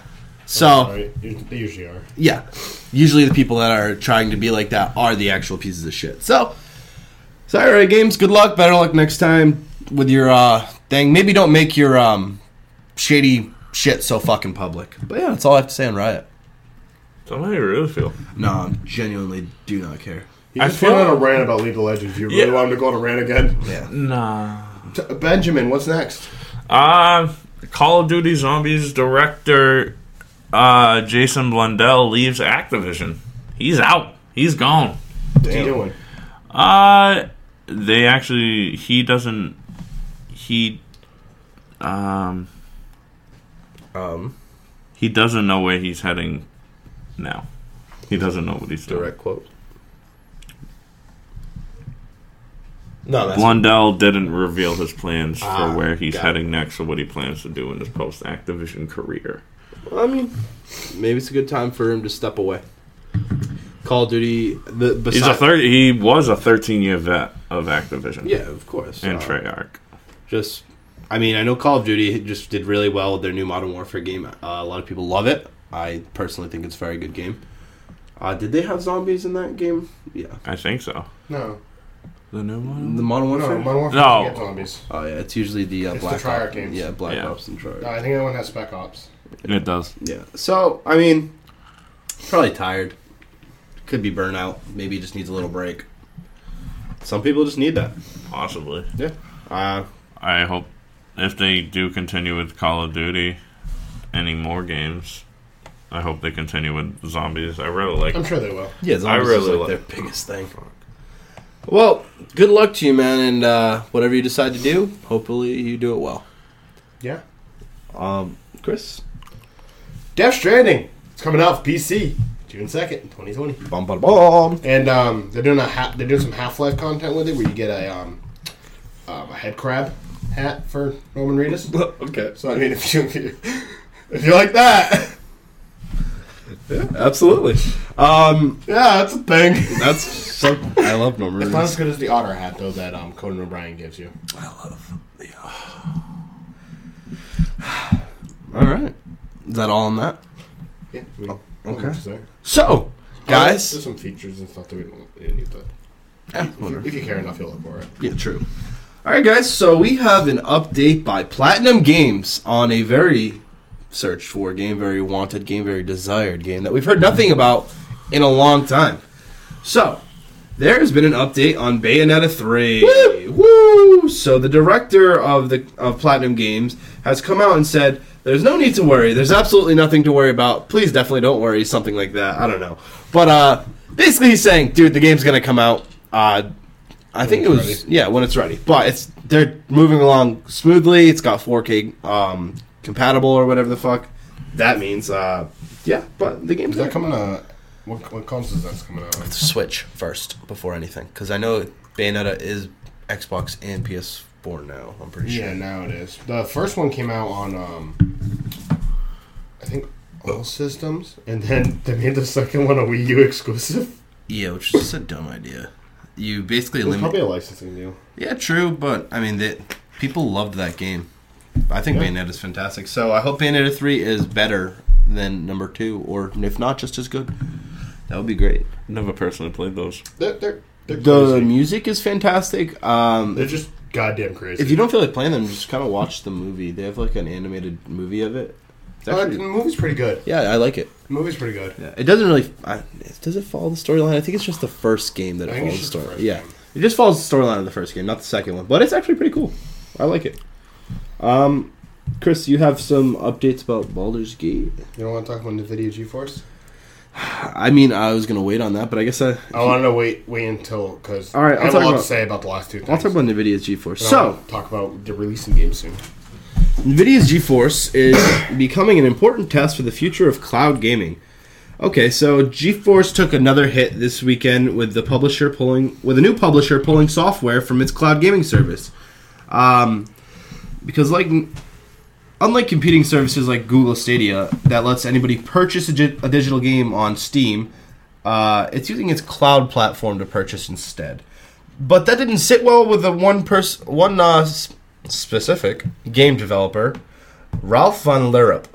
Speaker 3: So,
Speaker 2: Right? They usually are.
Speaker 3: yeah. Usually the people that are trying to be like that are the actual pieces of shit. So, sorry, Riot Games. Good luck. Better luck next time with your uh, thing. Maybe don't make your um, shady shit so fucking public. But yeah, that's all I have to say on Riot.
Speaker 1: That's how you really feel.
Speaker 3: No, I genuinely do not care.
Speaker 2: You
Speaker 1: I
Speaker 2: just
Speaker 1: feel-
Speaker 2: went on a rant about League of Legends. You really
Speaker 1: Yeah.
Speaker 2: want him to go on a rant again?
Speaker 1: Nah.
Speaker 2: T- Benjamin, what's next?
Speaker 1: Uh, Call of Duty Zombies director uh, Jason Blundell leaves Activision. He's out. He's gone.
Speaker 2: What's he doing?
Speaker 1: Uh, they actually he doesn't he um
Speaker 3: Um,
Speaker 1: he doesn't know where he's heading now. He doesn't know what he's doing.
Speaker 3: direct quote. No, that's
Speaker 1: Blundell didn't reveal his plans for where he's
Speaker 3: Ah, got it.
Speaker 1: heading next or what he plans to do in his post Activision career.
Speaker 3: I mean, maybe it's a good time for him to step away. Call of Duty. The besides,
Speaker 1: He's a third. He was a 13 year vet of Activision.
Speaker 3: Yeah, of course.
Speaker 1: And
Speaker 3: Uh,
Speaker 1: Treyarch.
Speaker 3: just I mean, I know Call of Duty just did really well with their new Modern Warfare game. Uh, a lot of people love it. I personally think it's a very good game. Uh, did they have zombies in that game? Yeah.
Speaker 1: I think so.
Speaker 2: No,
Speaker 1: The new one.
Speaker 3: The Modern
Speaker 2: no,
Speaker 3: Warfare?
Speaker 2: Modern Warfare
Speaker 1: No.
Speaker 2: doesn't get zombies.
Speaker 3: oh, yeah. It's usually the uh,
Speaker 2: It's the
Speaker 3: Black
Speaker 2: Treyarch
Speaker 3: Ops.
Speaker 2: games.
Speaker 3: Yeah, Black
Speaker 1: Yeah.
Speaker 3: Ops and Treyarch.
Speaker 2: No, I think that one has Spec Ops.
Speaker 1: It does.
Speaker 3: Yeah. So, I mean, probably tired. Could be burnout. Maybe just needs a little break. Some people just need that.
Speaker 1: Possibly.
Speaker 3: Yeah. Uh,
Speaker 1: I hope if they do continue with Call of Duty, any more games, I hope they continue with zombies. I really like.
Speaker 2: I'm sure they will.
Speaker 3: Yeah, zombies
Speaker 1: I
Speaker 3: is
Speaker 1: really
Speaker 3: like
Speaker 1: like-
Speaker 3: their biggest thing. Well, good luck to you, man, and uh, whatever you decide to do, hopefully you do it well.
Speaker 2: Yeah.
Speaker 3: Um, Chris,
Speaker 2: Death Stranding. It's coming out for PC June second, twenty twenty.
Speaker 3: bum bum bum.
Speaker 2: And um, they're doing a ha- they're doing some Half Life content with it, where you get a um, um, a head crab hat for Roman Reedus.
Speaker 6: okay.
Speaker 2: So I mean, if you if you, if you like that,
Speaker 3: Absolutely. Um,
Speaker 2: yeah, that's a thing.
Speaker 3: that's so. I love Norman.
Speaker 2: It's not
Speaker 3: Reedus.
Speaker 2: as good as the otter hat though that um, Conan O'Brien gives you.
Speaker 3: All right. Is that all on that?
Speaker 2: Yeah. I mean,
Speaker 3: okay.
Speaker 2: that's there.
Speaker 3: So,
Speaker 2: there's
Speaker 3: guys.
Speaker 2: some features and stuff that we don't we didn't need, but
Speaker 3: Eh,
Speaker 2: if you,
Speaker 3: whatever.
Speaker 2: if you care enough, you'll look for it.
Speaker 3: Yeah, true. All right, guys. So we have an update by Platinum Games on a very searched for game, very wanted game, very desired game that we've heard nothing about in a long time. So there has been an update on Bayonetta three. Woo! So the director of the of Platinum Games has come out and said. There's no need to worry. There's absolutely nothing to worry about. Please definitely don't worry. Something like that. I don't know. But uh, basically, he's saying, dude, the game's going to come out. Uh, I think it
Speaker 2: it's
Speaker 3: was
Speaker 2: ready.
Speaker 3: yeah, when it's ready. But it's they're moving along smoothly. It's got 4K um, compatible or whatever the fuck that means. Uh, yeah, but the game's
Speaker 2: Is that coming out? What, what console is that coming out? on?
Speaker 3: Switch first before anything, because I know Bayonetta is Xbox and PS4 now. I'm pretty
Speaker 2: Yeah, now it is. The first one came out on, um, I think, all systems, and then they made the second one a Wii U exclusive.
Speaker 3: Yeah, which is just a dumb idea. You basically
Speaker 2: It was
Speaker 3: eliminate.
Speaker 2: probably a licensing deal.
Speaker 3: Yeah, true, but I mean, that people loved that game. I think
Speaker 2: Yeah.
Speaker 3: Bayonetta is fantastic. So I hope Bayonetta three is better than number two, or if not, just as good. That would be great.
Speaker 1: Never personally played those.
Speaker 2: They're they're they're
Speaker 3: The
Speaker 2: crazy.
Speaker 3: music is fantastic. Um,
Speaker 2: They're just goddamn crazy.
Speaker 3: if you don't feel like playing them, just kind of watch the movie. They have like an animated movie of it. It's
Speaker 2: Uh,
Speaker 3: actually-
Speaker 2: the movie's pretty good.
Speaker 3: yeah, I like it.
Speaker 2: The movie's pretty good.
Speaker 3: Yeah, it doesn't really. I, does it follow the storyline? I think it's just the first game that
Speaker 2: I
Speaker 3: it
Speaker 2: think it's
Speaker 3: follows
Speaker 2: just
Speaker 3: the
Speaker 2: the
Speaker 3: story.
Speaker 2: first
Speaker 3: Yeah,
Speaker 2: game.
Speaker 3: it just follows the storyline of the first game, not the second one. But it's actually pretty cool. I like it. Um, Chris, you have some updates about Baldur's Gate.
Speaker 2: You don't want to talk about NVIDIA GeForce?
Speaker 3: I mean, I was gonna wait on that, but I guess I.
Speaker 2: I want to wait wait until because
Speaker 3: All right,
Speaker 2: I
Speaker 3: I'll
Speaker 2: have a
Speaker 3: talk
Speaker 2: lot to
Speaker 3: about-
Speaker 2: say about the last two things.
Speaker 3: I'll talk about Nvidia's GeForce.
Speaker 2: And I
Speaker 3: So,
Speaker 2: wanna talk about the releasing game soon.
Speaker 3: NVIDIA's GeForce is becoming an important test for the future of cloud gaming. Okay, so GeForce took another hit this weekend with the publisher pulling with a new publisher pulling software from its cloud gaming service. Um, because like unlike competing services like Google Stadia that lets anybody purchase a, gi- a digital game on Steam, uh, it's using its cloud platform to purchase instead. But that didn't sit well with the one person, one uh, s- specific game developer, Ralph von Lerup.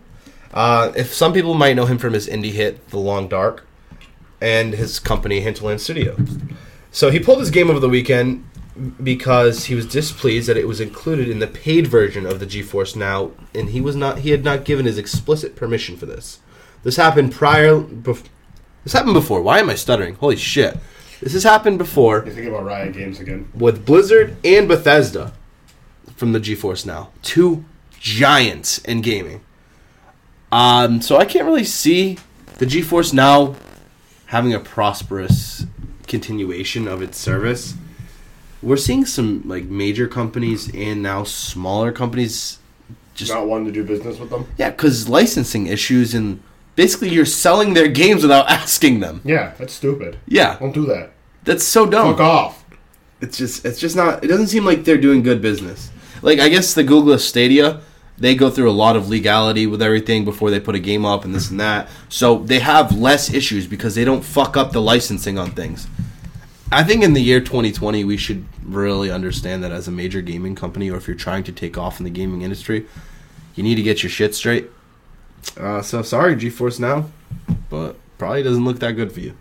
Speaker 3: Uh, if some people might know him from his indie hit The Long Dark, and his company Hinterland Studio. So he pulled his game over the weekend because he was displeased that it was included in the paid version of the GeForce Now, and he was not he had not given his explicit permission for this. This happened prior. Bef- this happened before. Why am I stuttering? Holy shit! This has happened before
Speaker 2: You think about Riot Games again?
Speaker 3: with Blizzard and Bethesda from the GeForce Now. Two giants in gaming. Um, so I can't really see the GeForce Now having a prosperous continuation of its service. We're seeing some like major companies and now smaller companies just
Speaker 2: Not wanting to do business with them.
Speaker 3: yeah, because licensing issues and basically you're selling their games without asking them.
Speaker 2: Yeah, that's stupid.
Speaker 3: Yeah,
Speaker 2: Don't do that.
Speaker 3: that's so dumb.
Speaker 2: Fuck off.
Speaker 3: it's just it's just not it doesn't seem like they're doing good business like i guess the google stadia they go through a lot of legality with everything before they put a game up and this and that so they have less issues because they don't fuck up the licensing on things i think in the year 2020 we should really understand that as a major gaming company or if you're trying to take off in the gaming industry you need to get your shit straight uh, so sorry geforce now but probably doesn't look that good for you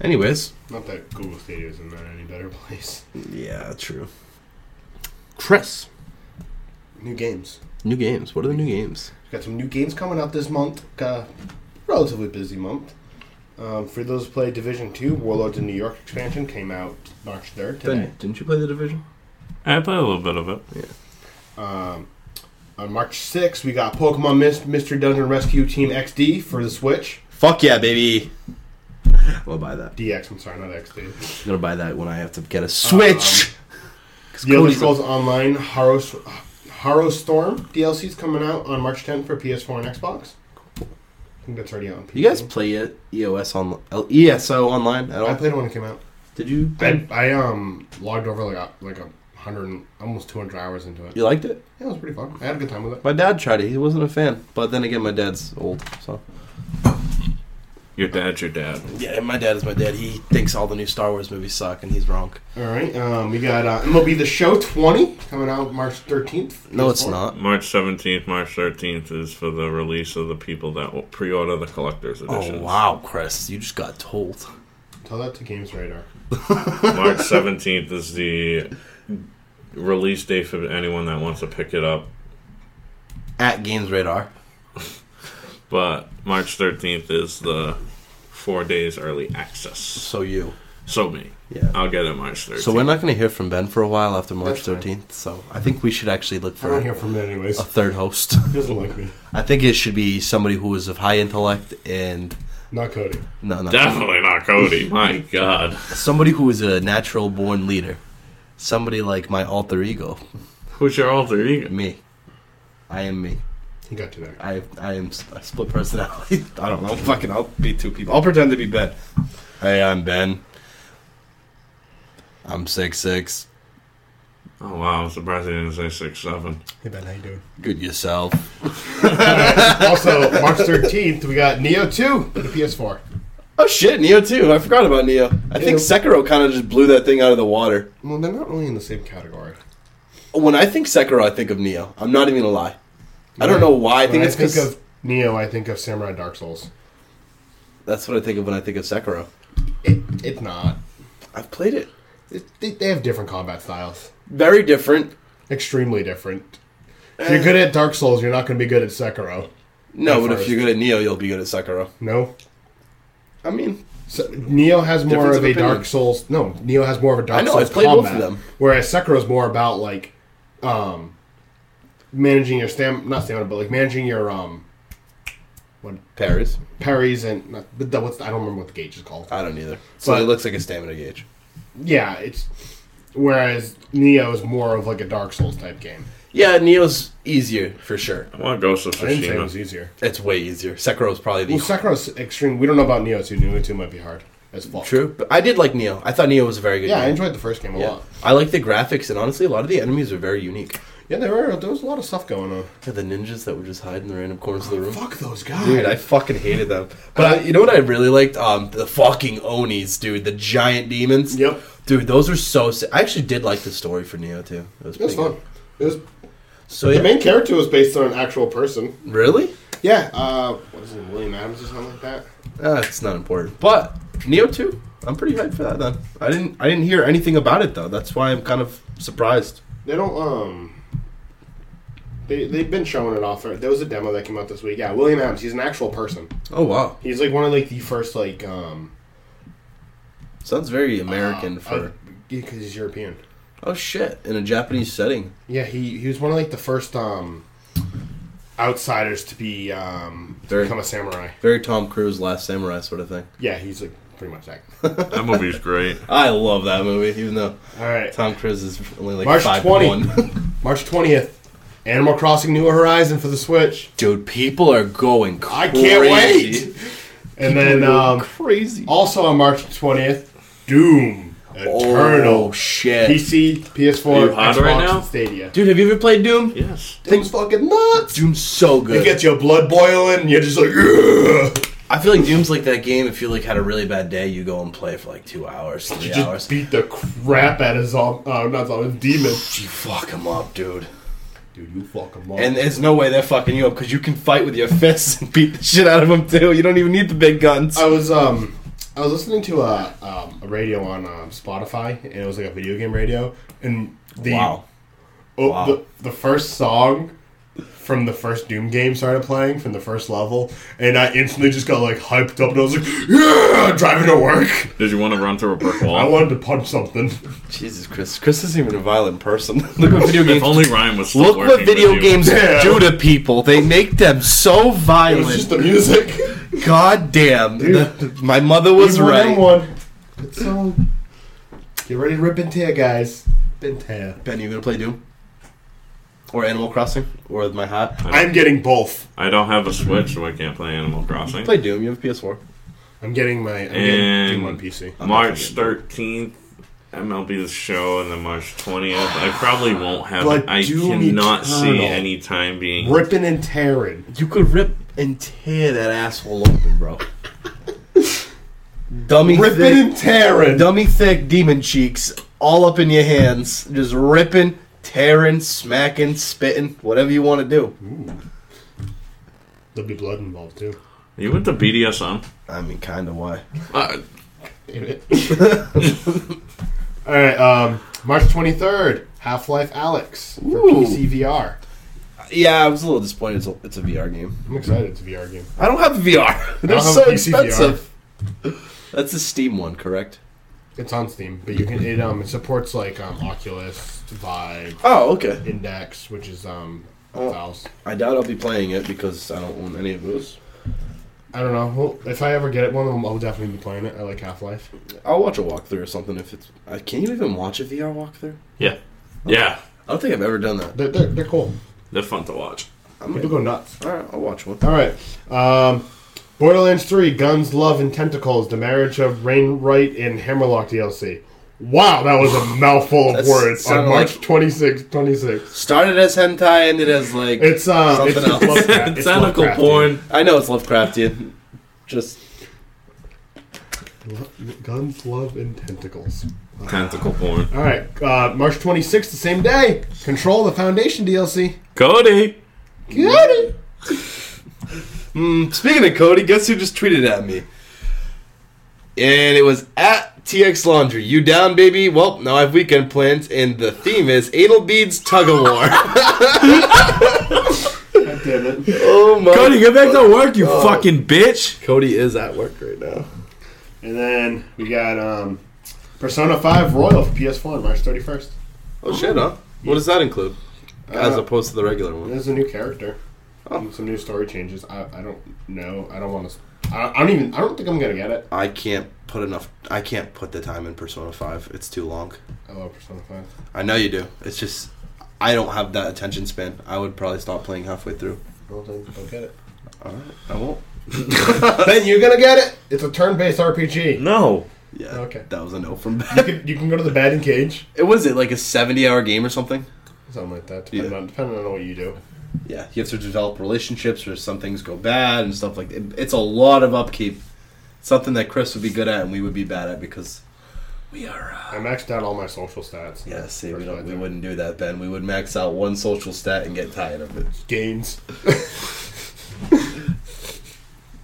Speaker 3: anyways
Speaker 2: Not that Google Stadia isn't in any better place.
Speaker 3: yeah, true. Chris,
Speaker 2: New games.
Speaker 3: new games. What are the new games?
Speaker 2: Got some new games coming out this month. Got a relatively busy month. Um, for those who play Division 2, Warlords of New York expansion came out March 3rd today.
Speaker 3: didn't you play the division?
Speaker 1: I played a little bit of it.
Speaker 2: Um, on March 6th, we got Pokemon Mys- Mystery Dungeon Rescue Team XD for the Switch.
Speaker 3: Fuck yeah, baby! I'm gonna buy that. Um,
Speaker 2: DX, I'm sorry, not XD.
Speaker 3: I'm gonna buy that when I have to get a Switch.
Speaker 2: The other
Speaker 3: Cody's-
Speaker 2: Scrolls Online Haro, Haro Storm DLC is coming out on March 10th for PS4 and Xbox. I think that's already on. PC.
Speaker 3: You guys play it EOS on L- ESO online at
Speaker 2: I
Speaker 3: all?
Speaker 2: played it when it came out.
Speaker 3: Did you?
Speaker 2: I, I um logged over like a, like a hundred and almost 200 hours into it.
Speaker 3: You liked it?
Speaker 2: Yeah, it was pretty fun. I had a good time with it.
Speaker 3: My dad tried it. He wasn't a fan, but then again, my dad's old, so.
Speaker 1: Your dad's your dad.
Speaker 3: Yeah, my dad is my dad. He thinks all the new Star Wars movies suck, and he's wrong.
Speaker 2: All right, um, we got uh, MLB The Show 20 coming out March 13th.
Speaker 3: No, it's
Speaker 2: PS4.
Speaker 3: not.
Speaker 1: March 17th, March 13th is for the release of the people that will pre order the collector's edition.
Speaker 3: Oh wow, Chris, you just got told.
Speaker 2: Tell that to Games Radar.
Speaker 1: March 17th is the release date for anyone that wants to pick it up.
Speaker 3: At Games Radar.
Speaker 1: But March 13th is the four days early access.
Speaker 3: So you.
Speaker 1: So me.
Speaker 3: Yeah.
Speaker 1: I'll get it March 13th.
Speaker 3: So we're not going to hear from Ben for a while after March
Speaker 2: That's fine.
Speaker 3: 13th. So I think we should actually look
Speaker 2: I don't
Speaker 3: for
Speaker 2: hear from it anyways.
Speaker 3: a third host.
Speaker 2: He doesn't like me.
Speaker 3: I think it should be somebody who is of high intellect and
Speaker 2: Not Cody.
Speaker 3: no, no,
Speaker 1: Definitely not Cody. My God.
Speaker 3: somebody who is a natural born leader. Somebody like my alter ego,
Speaker 1: Who's your alter ego?
Speaker 3: me. I am me.
Speaker 2: He got to that.
Speaker 3: I I am s- a split personality. I don't know. Fucking, I'll be two people. I'll pretend to be Ben. Hey, I'm Ben. I'm six six.
Speaker 1: Oh wow, I'm surprised he didn't say six seven.
Speaker 2: Hey Ben, how you doing?
Speaker 3: Good yourself.
Speaker 2: also, March 13th, we got Neo 2 for the PS4.
Speaker 3: Oh shit, Neo too. I forgot about Neo. I
Speaker 2: Neo.
Speaker 3: think Sekiro kind of just blew that thing out of the water.
Speaker 2: Well, they're not really in the same category.
Speaker 3: When I think Sekiro, I think of Neo. I'm not even gonna lie. I
Speaker 2: Yeah.
Speaker 3: don't know why. I think
Speaker 2: when
Speaker 3: it's
Speaker 2: I think
Speaker 3: because
Speaker 2: of Neo, I think of Samurai Dark Souls.
Speaker 3: that's what I think of when I think of Sekiro.
Speaker 2: It, it's not.
Speaker 3: I've played it.
Speaker 2: It, they, they have different combat styles.
Speaker 3: Very different.
Speaker 2: Extremely different. If
Speaker 3: Eh.
Speaker 2: you're good at Dark Souls, you're not going to be good at Sekiro.
Speaker 3: No,
Speaker 2: At
Speaker 3: but if
Speaker 2: first.
Speaker 3: you're good at Neo, you'll be good at Sekiro.
Speaker 2: No?
Speaker 3: I mean,
Speaker 2: So, Neo has more
Speaker 3: Difference
Speaker 2: of
Speaker 3: of
Speaker 2: a
Speaker 3: opinion.
Speaker 2: Dark Souls. No, Neo has more of a Dark
Speaker 3: I know,
Speaker 2: Souls
Speaker 3: I've played both of
Speaker 2: combat.
Speaker 3: them.
Speaker 2: Whereas Sekiro's more about like um, managing your stamina, not stamina, but like managing your um, what
Speaker 3: Paris.
Speaker 2: parries and not, but the, what's I don't remember what the gauge is called.
Speaker 3: I don't either. So
Speaker 2: But-
Speaker 3: it looks like a stamina gauge.
Speaker 2: Yeah, it's whereas Neo is more of like a Dark Souls type game.
Speaker 3: Yeah, Neo's easier for sure.
Speaker 1: I want Ghost of
Speaker 2: I didn't say it was
Speaker 1: Tsushima.
Speaker 2: easier.
Speaker 3: It's way easier. Sekiro's probably the
Speaker 2: Well, Sekiro's extreme. We don't know about Neo too. Neo two might be hard as fuck.
Speaker 3: true. But I did like Neo. I thought Neo was a very good.
Speaker 2: Yeah, I
Speaker 3: game.
Speaker 2: enjoyed the first game a
Speaker 3: Yeah,
Speaker 2: lot.
Speaker 3: I like the graphics, and honestly, a lot of the enemies are very unique.
Speaker 2: Yeah, there were there was a lot of stuff going on.
Speaker 3: Yeah, the ninjas that would just hide in the random corners of the room.
Speaker 2: Fuck those guys.
Speaker 3: Dude, I fucking hated them. But I, you know what I really liked? Um, the fucking Onis, dude. The giant demons.
Speaker 2: Yep.
Speaker 3: Dude, those are so. Si- I actually did like the story for Neo too. It was
Speaker 2: it was
Speaker 3: pretty
Speaker 2: fun.
Speaker 3: good.
Speaker 2: It was
Speaker 3: So
Speaker 2: The
Speaker 3: yeah,
Speaker 2: main character was based on an actual person.
Speaker 3: really?
Speaker 2: Yeah. Uh, what is it, William Adams or something like that?
Speaker 3: Uh, it's not important. But Neo two, I'm pretty hyped for that. Then I didn't. I didn't hear anything about it though. That's why I'm kind of surprised.
Speaker 2: They don't. Um. They they've been showing it off. There was a demo that came out this week. Yeah, William Adams. He's an actual person.
Speaker 3: Oh wow,
Speaker 2: He's like one of like the first like um
Speaker 3: sounds very American
Speaker 2: uh,
Speaker 3: for.
Speaker 2: uh, because he's European.
Speaker 3: oh shit, in a Japanese setting.
Speaker 2: Yeah, he he was one of like the first um outsiders to be um to
Speaker 3: Very-
Speaker 2: become a samurai.
Speaker 3: Very Tom Cruise, Last Samurai sort of thing.
Speaker 2: Yeah, he's like pretty much that.
Speaker 1: That movie's great.
Speaker 3: I love that movie, even though
Speaker 2: All right,
Speaker 3: Tom Cruise is only like
Speaker 2: March
Speaker 3: five
Speaker 2: 20.
Speaker 3: one.
Speaker 2: March twentieth. Animal Crossing New Horizon for the Switch.
Speaker 3: Dude, people are going crazy.
Speaker 2: I can't wait. And then um,
Speaker 3: crazy.
Speaker 2: Also on March 20th, Doom Eternal.
Speaker 3: Oh shit.
Speaker 2: PC,
Speaker 1: Are
Speaker 2: PS4,
Speaker 1: you hot
Speaker 2: Xbox,
Speaker 1: right now?
Speaker 2: and Stadia.
Speaker 3: Dude, have you ever played Doom?
Speaker 1: Yes.
Speaker 2: Doom's fucking nuts.
Speaker 3: Doom's so
Speaker 2: It
Speaker 3: good.
Speaker 2: gets your blood boiling, and you're just like, yeah.
Speaker 3: I feel like Doom's like that game. If you like had a really bad day, you go and play for like two hours, three
Speaker 2: You
Speaker 3: hours.
Speaker 2: just beat the crap out of zombie, uh, not zombie, demon.
Speaker 3: You fuck them up, dude.
Speaker 2: Dude, you fucking love.
Speaker 3: And there's no way they're fucking you up because you can fight with your fists and beat the shit out of them too. You don't even need the big guns.
Speaker 2: I was um, I was listening to a um, a radio on um, Spotify, and it was like a video game radio, and the
Speaker 3: wow.
Speaker 2: Oh,
Speaker 3: Wow.
Speaker 2: the, the first song from the first Doom game started playing from the first level, and I instantly just got like hyped up, and I was like, "Yeah!" Driving to work,
Speaker 1: Did you want to run through a brick wall?
Speaker 2: I wanted to punch something.
Speaker 3: Jesus, Chris. Chris isn't even a violent person. Look what video games.
Speaker 1: if only Ryan was still
Speaker 3: Look
Speaker 1: working
Speaker 3: what video
Speaker 1: with you.
Speaker 3: games
Speaker 2: Yeah.
Speaker 3: do to people. They make them
Speaker 2: It
Speaker 3: so
Speaker 2: was just
Speaker 3: violent.
Speaker 2: the music.
Speaker 3: God damn.
Speaker 2: Dude.
Speaker 3: My mother was
Speaker 2: Evil Dead
Speaker 3: right.
Speaker 2: One. um, Good song. Get ready to rip and tear, guys. Been tear.
Speaker 3: Ben, you gonna play Doom? or Animal Crossing, or my hat.
Speaker 2: I'm getting both.
Speaker 1: I don't have a Switch, so I can't play Animal Crossing.
Speaker 3: Play Doom. You have a PS4.
Speaker 2: I'm getting my I'm
Speaker 1: And-
Speaker 2: getting Doom on PC.
Speaker 1: March 13th, MLB the show, and then March 20th. I probably won't have
Speaker 2: But
Speaker 1: I
Speaker 2: Doom
Speaker 1: cannot see
Speaker 2: Eternal.
Speaker 1: any time being.
Speaker 2: Ripping and tearing.
Speaker 3: You could rip and tear that asshole open, bro. Dummy
Speaker 2: Ripping
Speaker 3: thick,
Speaker 2: and tearing.
Speaker 3: dummy thick demon cheeks all up in your hands, just ripping, tearing, smacking, spitting, whatever you want to do.
Speaker 2: There'll be blood involved too.
Speaker 1: You went to BDSM?
Speaker 3: I mean, kind of why.
Speaker 1: Uh,
Speaker 2: All right, um, March 23rd, Half Life Alex for
Speaker 3: Ooh.
Speaker 2: PC VR.
Speaker 3: Yeah, I was a little disappointed. It's a, it's a VR game.
Speaker 2: I'm excited. It's a VR game.
Speaker 3: I don't have VR. They're
Speaker 2: have
Speaker 3: so
Speaker 2: a PC VR.
Speaker 3: expensive. That's a Steam one, correct?
Speaker 2: It's on Steam, but you can it um it supports like um, Oculus, Vive,
Speaker 3: Oh, okay.
Speaker 2: Index, which is um
Speaker 3: Oh.
Speaker 2: Valve's.
Speaker 3: I doubt I'll be playing it because I don't own any of those.
Speaker 2: I don't know. Well, if I ever get it, one of them, I'll definitely be playing it. I like Half Life.
Speaker 3: I'll watch a walkthrough or something if it's. I can't you even watch a VR walkthrough.
Speaker 1: yeah. Yeah.
Speaker 3: I don't think I've ever done that.
Speaker 2: They're, they're, they're cool.
Speaker 1: They're fun to watch.
Speaker 3: I'm
Speaker 2: People go nuts.
Speaker 3: All right, I'll watch one.
Speaker 2: All right. Um, Borderlands 3, Guns, Love, and Tentacles, The Marriage of Rainwright and Hammerlock DLC. Wow, that was a mouthful of
Speaker 3: That
Speaker 2: words on
Speaker 3: sounded
Speaker 2: March
Speaker 3: like-
Speaker 2: 26, 26.
Speaker 3: Started as hentai, ended as like.
Speaker 2: It's, uh,
Speaker 3: Something
Speaker 2: it's,
Speaker 3: else.
Speaker 2: Lovecraft-
Speaker 1: It's
Speaker 2: it's
Speaker 1: tentacle
Speaker 2: Lovecraftian.
Speaker 1: porn.
Speaker 3: I know it's Lovecraftian. Just
Speaker 2: Lo- Guns, Love, and Tentacles.
Speaker 1: Tentacle porn.
Speaker 2: All right, uh, March 26th, the same day, Control the Foundation DLC.
Speaker 1: Cody!
Speaker 2: Got it.
Speaker 3: Mm, speaking of Cody, guess who just tweeted at me? And it was at TX Laundry. You down, baby? Well, now I have weekend plans, and the theme is Adelbede's Tug of War.
Speaker 2: God damn it.
Speaker 3: oh my!
Speaker 1: Cody, get back to work, you fucking bitch!
Speaker 3: Cody is at work right now.
Speaker 2: And then we got um, Persona 5 Royal for PS4 on March 31st.
Speaker 3: Oh shit, huh? What does that include? As
Speaker 2: Uh,
Speaker 3: opposed to the regular one.
Speaker 2: There's a new character.
Speaker 1: Oh.
Speaker 2: Um, some new story changes. I, I don't know. I don't want to. I, I don't even. I don't think I'm gonna get it.
Speaker 3: I can't put enough. I can't put the time in Persona Five. It's too long.
Speaker 2: I love Persona Five.
Speaker 3: I know you do. It's just I don't have that attention span. I would probably stop playing halfway through.
Speaker 2: Well, then I'll get it.
Speaker 3: All right, I won't.
Speaker 2: ben, you're gonna get it. It's a turn-based RPG.
Speaker 1: No.
Speaker 3: Yeah.
Speaker 2: Okay.
Speaker 3: That was a no from
Speaker 2: You
Speaker 3: Ben.
Speaker 2: can, you can go to the batting cage.
Speaker 3: it was it like a seventy-hour game or something.
Speaker 2: Something like that. Depending,
Speaker 3: Yeah.
Speaker 2: on, depending on what you do.
Speaker 3: Yeah, you have to develop relationships, or some things go bad and stuff like that. It's a lot of upkeep. Something that Chris would be good at and we would be bad at because we are. Uh,
Speaker 2: I maxed out all my social stats.
Speaker 3: yeah, see, we
Speaker 2: First
Speaker 3: don't.
Speaker 2: one,
Speaker 3: We
Speaker 2: yeah.
Speaker 3: wouldn't do that, Ben. We would max out one social stat and get tired of it.
Speaker 2: Gains.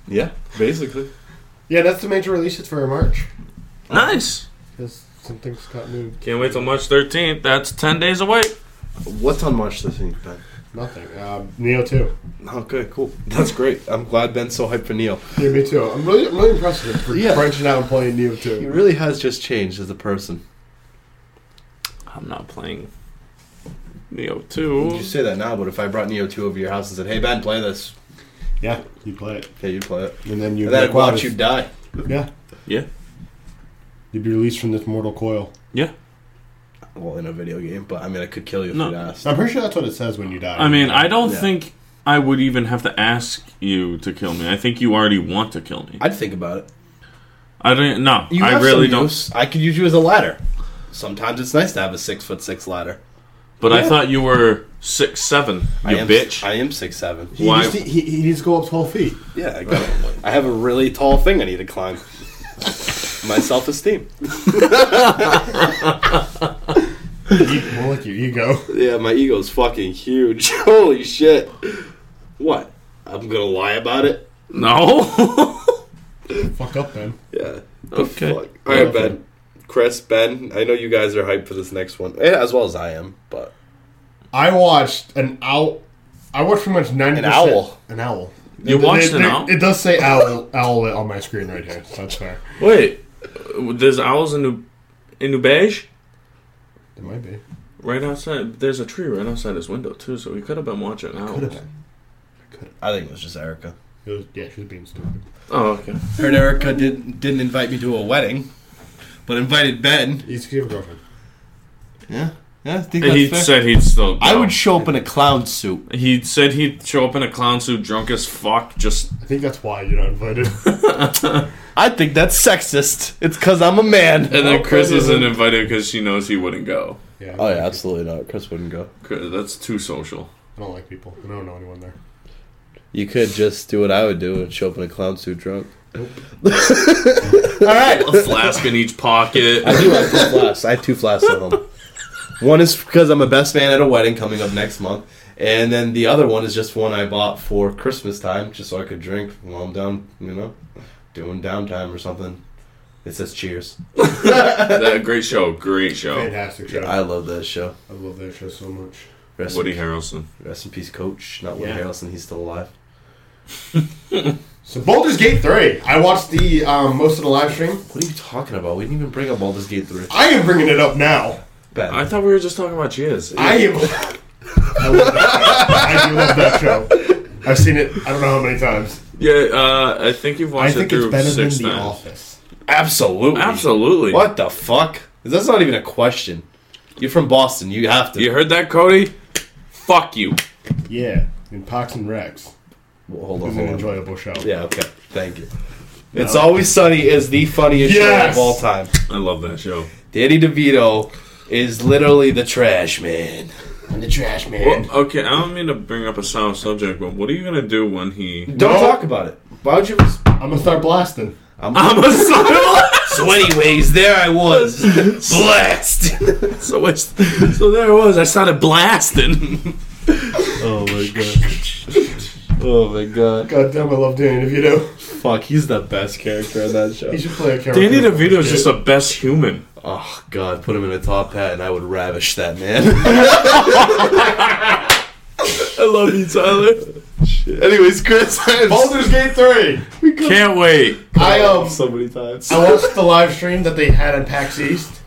Speaker 3: Yeah, basically.
Speaker 2: Yeah, that's the major releases for March.
Speaker 1: Nice!
Speaker 2: Because some things got moved.
Speaker 1: Can't wait till March 13th. That's 10 days away.
Speaker 3: What's on March fifteenth, Ben?
Speaker 2: Nothing. Um, Neo two.
Speaker 3: Okay, Oh, cool. That's great. I'm glad Ben's so hyped for Neo.
Speaker 2: Yeah, me too. I'm really, I'm really impressed with him for
Speaker 3: Yeah.
Speaker 2: branching out and playing Neo
Speaker 3: He
Speaker 2: two.
Speaker 3: really has just changed as a person.
Speaker 1: I'm not playing Neo 2.
Speaker 3: You say that now, but if I brought Neo 2 over your house and said, hey, Ben, play this,
Speaker 2: Yeah, you play it,
Speaker 3: okay, you'd play it.
Speaker 2: and then you.
Speaker 3: And then I'd watch you die.
Speaker 2: Yeah.
Speaker 1: Yeah.
Speaker 2: You'd be released from this mortal coil.
Speaker 1: Yeah.
Speaker 3: Well, in a video game, but I mean, I could kill you if
Speaker 1: No.
Speaker 3: you'd asked.
Speaker 2: I'm pretty sure that's what it says when you die.
Speaker 1: I mean, I don't
Speaker 3: Yeah.
Speaker 1: think I would even have to ask you to kill me. I think you already want to kill me. I,
Speaker 3: I'd think about it.
Speaker 1: don't. No,
Speaker 3: You
Speaker 1: I
Speaker 3: have
Speaker 1: really
Speaker 3: some
Speaker 1: don't.
Speaker 3: use. I could use you as a ladder. Sometimes it's nice to have a six foot six ladder.
Speaker 1: But I
Speaker 3: Yeah.
Speaker 1: thought you were six seven.
Speaker 3: I
Speaker 1: You
Speaker 3: am,
Speaker 1: bitch.
Speaker 3: I am six seven.
Speaker 2: he,
Speaker 1: why-
Speaker 2: just- he, he needs to go up 12 feet.
Speaker 3: Yeah, I got it. I have a really tall thing I need to climb. My self esteem.
Speaker 2: You- More like your ego.
Speaker 3: Yeah, my ego's fucking huge. Holy shit. What? I'm gonna lie about it?
Speaker 1: no.
Speaker 2: Fuck up, man.
Speaker 3: Yeah. Oh,
Speaker 1: Okay.
Speaker 3: Fuck. All right,
Speaker 2: Okay.
Speaker 3: Ben. Chris, Ben, I know you guys are hyped for this next one, Eh, as well as I am. But
Speaker 2: I watched an owl. I watched pretty much 90%.
Speaker 3: An owl.
Speaker 2: An owl.
Speaker 1: You
Speaker 2: They-
Speaker 1: watched
Speaker 2: they-
Speaker 1: an
Speaker 2: they-
Speaker 1: owl?
Speaker 2: It does say owl, owl on my screen right here, so that's fair.
Speaker 1: Wait. There's owls in New in New Beige.
Speaker 2: It might be.
Speaker 1: Right outside, there's a tree right outside his window too, so he could have been watching
Speaker 2: Could have
Speaker 1: owls.
Speaker 2: been. Could have.
Speaker 3: I think it was just Erica.
Speaker 2: It was, yeah, she was being stupid.
Speaker 1: Oh, okay.
Speaker 3: Her and Erica didn't didn't invite me to a wedding, but invited Ben.
Speaker 2: He's, he have a girlfriend.
Speaker 3: Yeah.
Speaker 7: Yeah, I think
Speaker 1: he
Speaker 7: that's fair.
Speaker 1: said he'd still.
Speaker 7: I
Speaker 1: go.
Speaker 7: would show up in a clown suit.
Speaker 1: He said he'd show up in a clown suit, drunk as fuck. Just
Speaker 2: I think that's why you're not invited.
Speaker 7: I think that's sexist. It's because I'm a man.
Speaker 1: and then Chris isn't invited because she knows he wouldn't go.
Speaker 2: yeah, I don't
Speaker 3: Oh
Speaker 2: like
Speaker 3: yeah,
Speaker 2: people.
Speaker 3: absolutely not. Chris wouldn't go.
Speaker 1: 'Cause That's too social.
Speaker 2: I don't like people. I don't know anyone there.
Speaker 3: You could just do what I would do and show up in a clown suit drunk.
Speaker 7: All right.
Speaker 1: A flask in each pocket.
Speaker 3: I do have two flasks. I have two flasks at home. One is because I'm a best man at a wedding coming up next month, and then the other one is just one I bought for Christmas time, just so I could drink while I'm down, you know, doing downtime or something. It says cheers.
Speaker 1: That- great show. Great show.
Speaker 2: Fantastic show.
Speaker 3: I love that show.
Speaker 2: I love that show so much.
Speaker 3: Rest,
Speaker 1: Woody
Speaker 3: in,
Speaker 1: Harrelson.
Speaker 3: rest in peace, Coach. Not Woody
Speaker 2: Yeah.
Speaker 3: Harrelson. He's still alive.
Speaker 2: So Baldur's Gate 3. I watched the um, most of the live stream.
Speaker 3: What are you talking about? We didn't even bring up Baldur's Gate three.
Speaker 2: I am bringing it up now.
Speaker 3: Ben,
Speaker 1: I thought we were just talking about Cheers.
Speaker 2: I am. I, love that show. I do love that show. I've seen it. I don't know how many times.
Speaker 1: Yeah, uh, I think you've watched
Speaker 2: I think
Speaker 1: it
Speaker 2: it's
Speaker 1: through
Speaker 2: better than
Speaker 1: six
Speaker 2: The
Speaker 1: times.
Speaker 2: Office.
Speaker 3: absolutely,
Speaker 1: Absolutely.
Speaker 3: What the fuck? That's not even a question. You're from Boston. You have to.
Speaker 1: You heard that, Cody? Fuck you.
Speaker 2: Yeah, and Pox and Rex
Speaker 3: Well, hold on.
Speaker 2: is an
Speaker 3: Hold on.
Speaker 2: enjoyable show.
Speaker 3: Yeah, okay. Thank you. It's Always Sunny is the funniest
Speaker 2: Yes!
Speaker 3: show of all time.
Speaker 1: I love that show.
Speaker 3: Danny DeVito is literally the trash man.
Speaker 2: And the Trash Man.
Speaker 1: Well, okay, I don't mean to bring up a sour subject, but what are you gonna do when he?
Speaker 3: Don't
Speaker 2: No.
Speaker 3: talk about it. Why would you? res-
Speaker 2: I'm gonna start blasting.
Speaker 1: I'm a sour.
Speaker 3: So, anyways, there I was, blast.
Speaker 1: so it's, so there it was. I started blasting.
Speaker 7: Oh my god. Oh my god.
Speaker 2: God damn, I love Danny DeVito.
Speaker 7: Fuck, he's the best character in that show.
Speaker 2: He should play a character.
Speaker 1: Danny DeVito is just the best human.
Speaker 3: Oh God, put him in a top hat, and I would ravish that man.
Speaker 1: I love you, Tyler.
Speaker 3: anyways, Chris, I am
Speaker 2: Baldur's Gate 3.
Speaker 1: Can't wait.
Speaker 2: I um,
Speaker 7: so many times.
Speaker 2: I watched the live stream that they had on PAX East.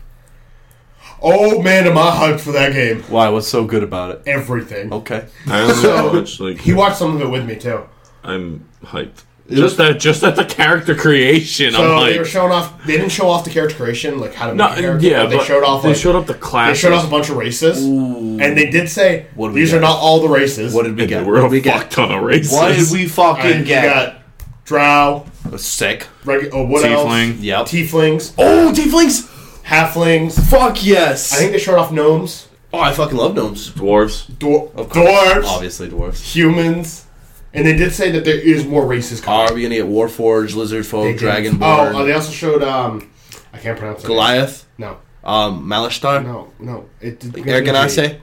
Speaker 2: Oh man, am I hyped for that game.
Speaker 7: Why? What's so good about it?
Speaker 2: Everything.
Speaker 3: Oh.
Speaker 7: Okay.
Speaker 1: I only watched like
Speaker 2: He watched some of it with me too.
Speaker 1: I'm hyped. Just that, just at the character creation,
Speaker 2: So
Speaker 1: I'm
Speaker 2: they were
Speaker 1: hyped.
Speaker 2: showing off. They didn't show off the character creation, like how to make
Speaker 1: No,
Speaker 2: a character.
Speaker 1: yeah,
Speaker 2: but they
Speaker 1: but
Speaker 2: showed off.
Speaker 1: They
Speaker 2: Like,
Speaker 1: showed off the
Speaker 2: they
Speaker 1: classes.
Speaker 2: showed off a bunch of races, and they did say
Speaker 3: What do we
Speaker 2: these
Speaker 3: got?
Speaker 2: are not all the races.
Speaker 3: What did we get?
Speaker 1: There
Speaker 3: What
Speaker 1: were
Speaker 3: did we
Speaker 1: a
Speaker 3: get?
Speaker 1: fuck ton of races.
Speaker 3: What did we
Speaker 2: All right,
Speaker 3: fucking
Speaker 2: you
Speaker 3: get?
Speaker 2: got Drow,
Speaker 3: Sick.
Speaker 2: regu- oh, what
Speaker 1: Tiefling.
Speaker 2: else?
Speaker 3: Yep.
Speaker 2: Tieflings,
Speaker 3: Oh, tieflings.
Speaker 2: halflings.
Speaker 3: Fuck yes.
Speaker 2: I think they showed off gnomes,
Speaker 3: oh, I fucking love gnomes.
Speaker 1: Dwarves.
Speaker 2: dwar-
Speaker 3: course.
Speaker 2: dwarves,
Speaker 3: Obviously, dwarves.
Speaker 2: humans, and they did say that there is more races coming.
Speaker 3: Are we gonna get Warforged, Lizardfolk, Dragonborn,
Speaker 2: Oh, uh, they also showed um, I can't pronounce it.
Speaker 3: Goliath,
Speaker 2: No,
Speaker 3: um, Malishtar,
Speaker 2: no, no. It did.
Speaker 3: Air Ganase,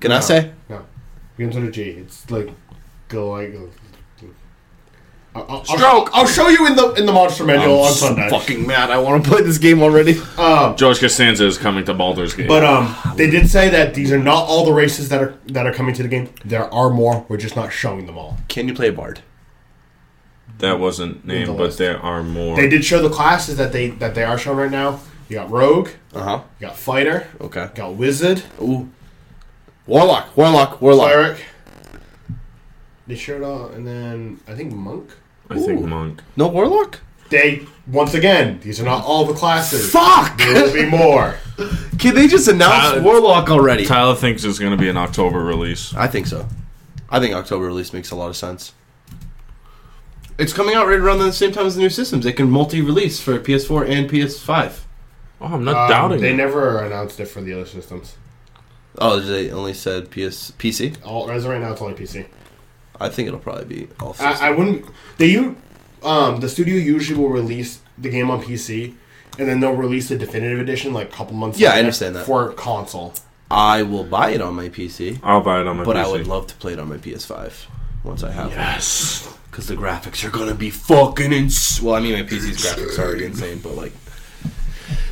Speaker 3: Ganase?
Speaker 2: No, begins with a G. It's like Goliath. I'll, I'll,
Speaker 3: Stroke!
Speaker 2: I'll show you in the in the monster manual on Sunday.
Speaker 3: fucking mad. I want to play this game already.
Speaker 2: Um,
Speaker 1: George Costanza is coming to Baldur's Gate.
Speaker 2: but um, they did say that these are not all the races that are that are coming to the game. There are more. We're just not showing them all.
Speaker 3: Can you play Bard?
Speaker 1: that wasn't named,
Speaker 2: the
Speaker 1: but
Speaker 2: list.
Speaker 1: there are more.
Speaker 2: They did show the classes that they that they are showing right now. You got rogue. You
Speaker 3: Uh huh.
Speaker 2: got fighter.
Speaker 3: Okay.
Speaker 2: You got wizard.
Speaker 3: Ooh. Warlock, Warlock, Warlock.
Speaker 2: Cleric. They showed all, and then I think monk.
Speaker 1: I think
Speaker 3: Ooh.
Speaker 1: Monk.
Speaker 3: No Warlock?
Speaker 2: They once again. These are not all the classes.
Speaker 3: Fuck!
Speaker 2: There will be more.
Speaker 3: Can they just announce
Speaker 1: Uh,
Speaker 3: Warlock already?
Speaker 1: Tyler thinks it's going to be an October release.
Speaker 3: I think so. I think October release makes a lot of sense. It's coming out right around the same time as the new systems. It can multi-release for PS4 and PS5.
Speaker 1: Oh, I'm not
Speaker 2: Um,
Speaker 1: doubting
Speaker 2: they
Speaker 1: it.
Speaker 2: never announced it for the other systems.
Speaker 3: Oh, they only said PS PC.
Speaker 2: All as of right now, it's only PC.
Speaker 3: I think it'll probably be all.
Speaker 2: I, I wouldn't. They you, um, the studio usually will release the game on PC, and then they'll release the definitive edition like a couple months.
Speaker 3: Yeah, I
Speaker 2: later
Speaker 3: understand that.
Speaker 2: for console.
Speaker 3: I will buy it on my PC,
Speaker 1: I'll buy it on my
Speaker 3: but
Speaker 1: PC.
Speaker 3: I would love to play it on my PS5 once I have it.
Speaker 1: yes.
Speaker 3: Because the graphics are gonna be fucking ins. Well, I mean, my PC's graphics are already insane, but like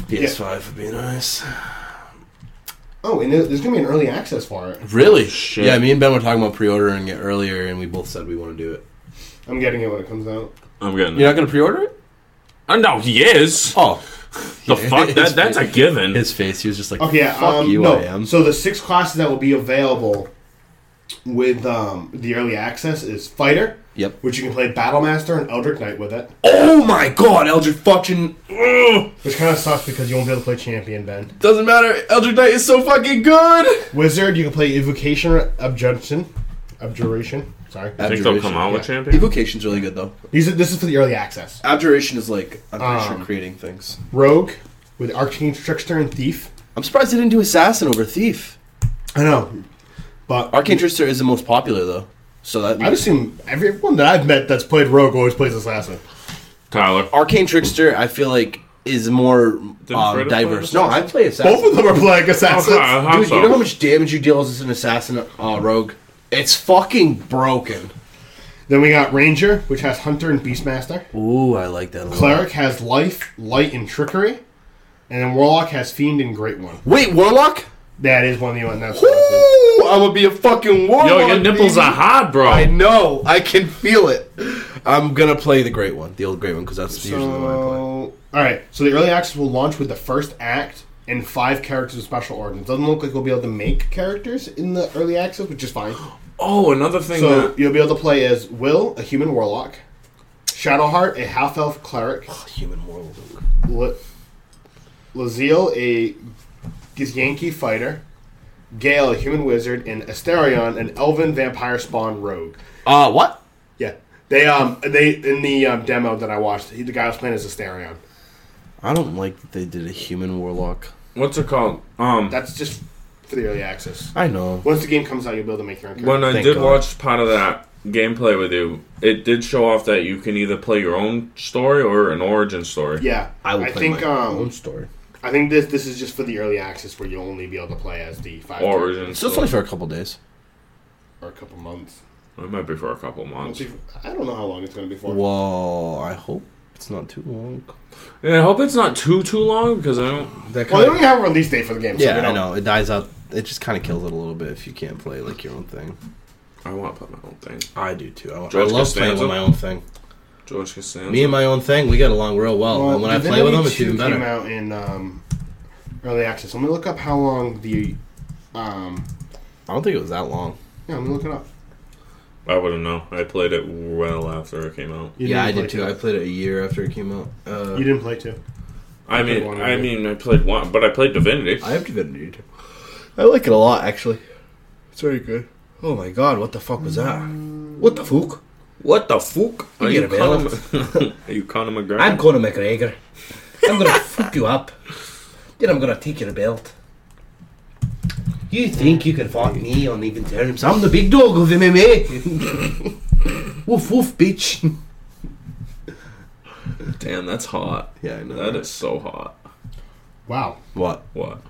Speaker 3: PS5 would be nice.
Speaker 2: Oh, and there- there's gonna be an early access for it.
Speaker 3: Really?
Speaker 1: Shit.
Speaker 3: Yeah, me and Ben were talking about pre-ordering it earlier, and we both said we want to do it.
Speaker 2: I'm getting it when it comes out.
Speaker 1: I'm getting
Speaker 3: You're
Speaker 1: it.
Speaker 3: not gonna pre-order it?
Speaker 1: Oh, no, he is.
Speaker 3: Oh,
Speaker 1: The fuck? That, that's a given.
Speaker 3: His face. He was just like,
Speaker 2: Okay, Oh, yeah,
Speaker 3: "Fuck
Speaker 2: um,
Speaker 3: you,
Speaker 2: no.
Speaker 3: I am."
Speaker 2: So the six classes that will be available with um, the early access is Fighter.
Speaker 3: Yep.
Speaker 2: Which you can play Battlemaster and Eldritch Knight with it.
Speaker 3: Oh my god, Eldritch fucking. Ugh.
Speaker 2: Which kind of sucks because you won't be able to play Champion then.
Speaker 3: Doesn't matter, Eldritch Knight is so fucking good!
Speaker 2: Wizard, you can play Evocation or Abjunction. Abjuration. Sorry.
Speaker 3: Uh,
Speaker 1: I think they'll come out with champion.
Speaker 3: Evocation's really good though.
Speaker 2: These are, this is for the early access.
Speaker 3: Abjuration is like, I'm pretty
Speaker 2: Um,
Speaker 3: sure creating things.
Speaker 2: Rogue with Arcane Trickster and Thief.
Speaker 3: I'm surprised they didn't do Assassin over Thief.
Speaker 2: I know. But
Speaker 3: Arcane
Speaker 1: Mm.
Speaker 3: Trickster is the most popular though. So that
Speaker 2: I'd assume everyone that I've met that's played Rogue always plays Assassin.
Speaker 1: Tyler.
Speaker 3: Arcane Trickster, I feel like, is more um,
Speaker 1: Freda play
Speaker 3: diverse.
Speaker 1: Assassin?
Speaker 3: No, I play Assassin.
Speaker 2: Both of them are playing Assassins.
Speaker 1: Okay.
Speaker 3: Dude, you know
Speaker 1: So-
Speaker 3: how much damage you deal as an assassin uh, rogue? It's fucking broken.
Speaker 2: Then we got Ranger, which has Hunter and Beastmaster.
Speaker 3: Ooh, I like that a lot.
Speaker 2: Cleric has Life, Light, and Trickery. And then Warlock has Fiend and Great One.
Speaker 3: Wait, warlock?
Speaker 2: That is one of the one that's.
Speaker 3: Ooh, I would be a fucking warlock.
Speaker 1: Yo, your nipples
Speaker 3: baby.
Speaker 1: are hard, bro.
Speaker 3: I know. I can feel it. I'm gonna play the great one, the old great one, because that's usually the one I play.
Speaker 2: So, all right. So the early access will launch with the first act and five characters of special origins. Doesn't look like we'll be able to make characters in the early access, which is fine.
Speaker 1: Oh, another thing
Speaker 2: So
Speaker 1: that
Speaker 2: you'll be able to play as Will, a human warlock, Shadowheart, a half elf cleric,
Speaker 3: Human warlock.
Speaker 2: La- Laziel, a Yankee fighter, Gale, a human wizard, and Asterion, an elven vampire spawn rogue.
Speaker 3: Uh, what?
Speaker 2: Yeah, they um they in the um, demo that I watched, he, the guy was playing as Asterion.
Speaker 3: I don't like that they did a human warlock.
Speaker 1: what's it called? Um,
Speaker 2: That's just for the early access.
Speaker 3: I know.
Speaker 2: Once the game comes out, you'll be able to make your own character.
Speaker 1: when I
Speaker 3: Thank
Speaker 1: did
Speaker 3: God.
Speaker 1: watch part of that gameplay with you, it did show off that you can either play your own story or an origin story.
Speaker 2: yeah,
Speaker 3: I will
Speaker 2: I
Speaker 3: play
Speaker 2: think
Speaker 3: my own
Speaker 2: um
Speaker 3: story.
Speaker 2: I think this this is just for the early access where you'll only be able to play as the five
Speaker 1: Origin.
Speaker 3: So it's
Speaker 1: story.
Speaker 3: only for a couple days.
Speaker 2: or a couple months.
Speaker 1: It might be for a couple months.
Speaker 2: I don't know how long it's going to be for.
Speaker 3: Whoa! I hope it's not too long.
Speaker 1: And I hope it's not too too long because I don't.
Speaker 3: That
Speaker 2: Well, they don't even have a release date for the game. so
Speaker 3: Yeah,
Speaker 2: we
Speaker 3: I
Speaker 2: don't-
Speaker 3: know. It dies out. It just kind of kills it a little bit if you can't play like your own thing.
Speaker 1: I want to play my own thing.
Speaker 3: I do too. I, want, I
Speaker 1: George
Speaker 3: love playing
Speaker 1: Costanza?
Speaker 3: with my own thing.
Speaker 1: George Costanza.
Speaker 3: Me and my own thing, we get along real well. and when I play
Speaker 2: Divinity
Speaker 3: with them, it's
Speaker 2: 2
Speaker 3: even
Speaker 2: Came
Speaker 3: better.
Speaker 2: out in um, early access. Let me look up how long the um.
Speaker 3: I don't think it was that long.
Speaker 2: Yeah, I'm looking up.
Speaker 1: I wouldn't know. I played it well after it came out.
Speaker 2: You
Speaker 3: yeah, I
Speaker 2: didn't
Speaker 3: did
Speaker 2: play
Speaker 3: too. I played it a year after it came out. Uh,
Speaker 2: You didn't play too.
Speaker 1: I
Speaker 2: played
Speaker 1: mean,
Speaker 2: one
Speaker 1: I
Speaker 2: of it.
Speaker 1: mean, I played one, but I played Divinity.
Speaker 3: I have Divinity too. I like it a lot, actually. It's very good. Oh my god, what the fuck was that? What the fuck?
Speaker 1: What the fuck?
Speaker 3: You
Speaker 1: Are
Speaker 3: get
Speaker 1: you,
Speaker 3: a
Speaker 1: Conor, are you Conor McGregor?
Speaker 8: I'm Conor McGregor. I'm gonna fuck you up. Then I'm gonna take your belt. You think you can fuck me on even terms? I'm the big dog of MMA. woof woof, bitch.
Speaker 1: Damn, that's hot.
Speaker 3: Yeah, I know.
Speaker 1: That is so hot.
Speaker 2: Wow.
Speaker 3: What?
Speaker 1: What?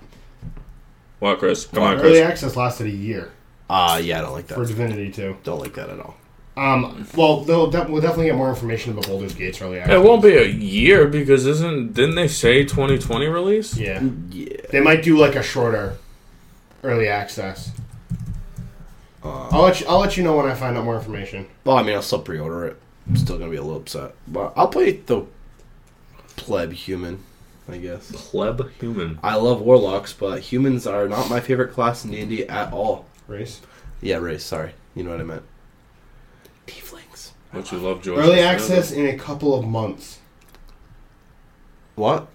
Speaker 1: What, Chris? Come on,
Speaker 2: Early
Speaker 1: Chris.
Speaker 2: access lasted a year
Speaker 3: Ah, yeah, I don't like that.
Speaker 2: for Divinity Two.
Speaker 3: Don't like that at all.
Speaker 2: Um. Well, they'll de- we'll definitely get more information about Baldur's Gate's early access.
Speaker 1: It won't be a year because isn't didn't they say 2020 release?
Speaker 2: Yeah.
Speaker 3: Yeah.
Speaker 2: They might do like a shorter early access. I'll let you, I'll let you know when I find out more information.
Speaker 3: Well, I mean, I'll still pre-order it. I'm still gonna be a little upset, but I'll play the pleb human, I guess.
Speaker 1: Pleb human.
Speaker 3: I love warlocks, but humans are not my favorite class in D and D at all.
Speaker 2: Race.
Speaker 3: Yeah, race. Sorry, you know what I meant. Tieflings.
Speaker 1: What you love, George?
Speaker 2: Early
Speaker 1: Costanza?
Speaker 2: access in a couple of months.
Speaker 3: What?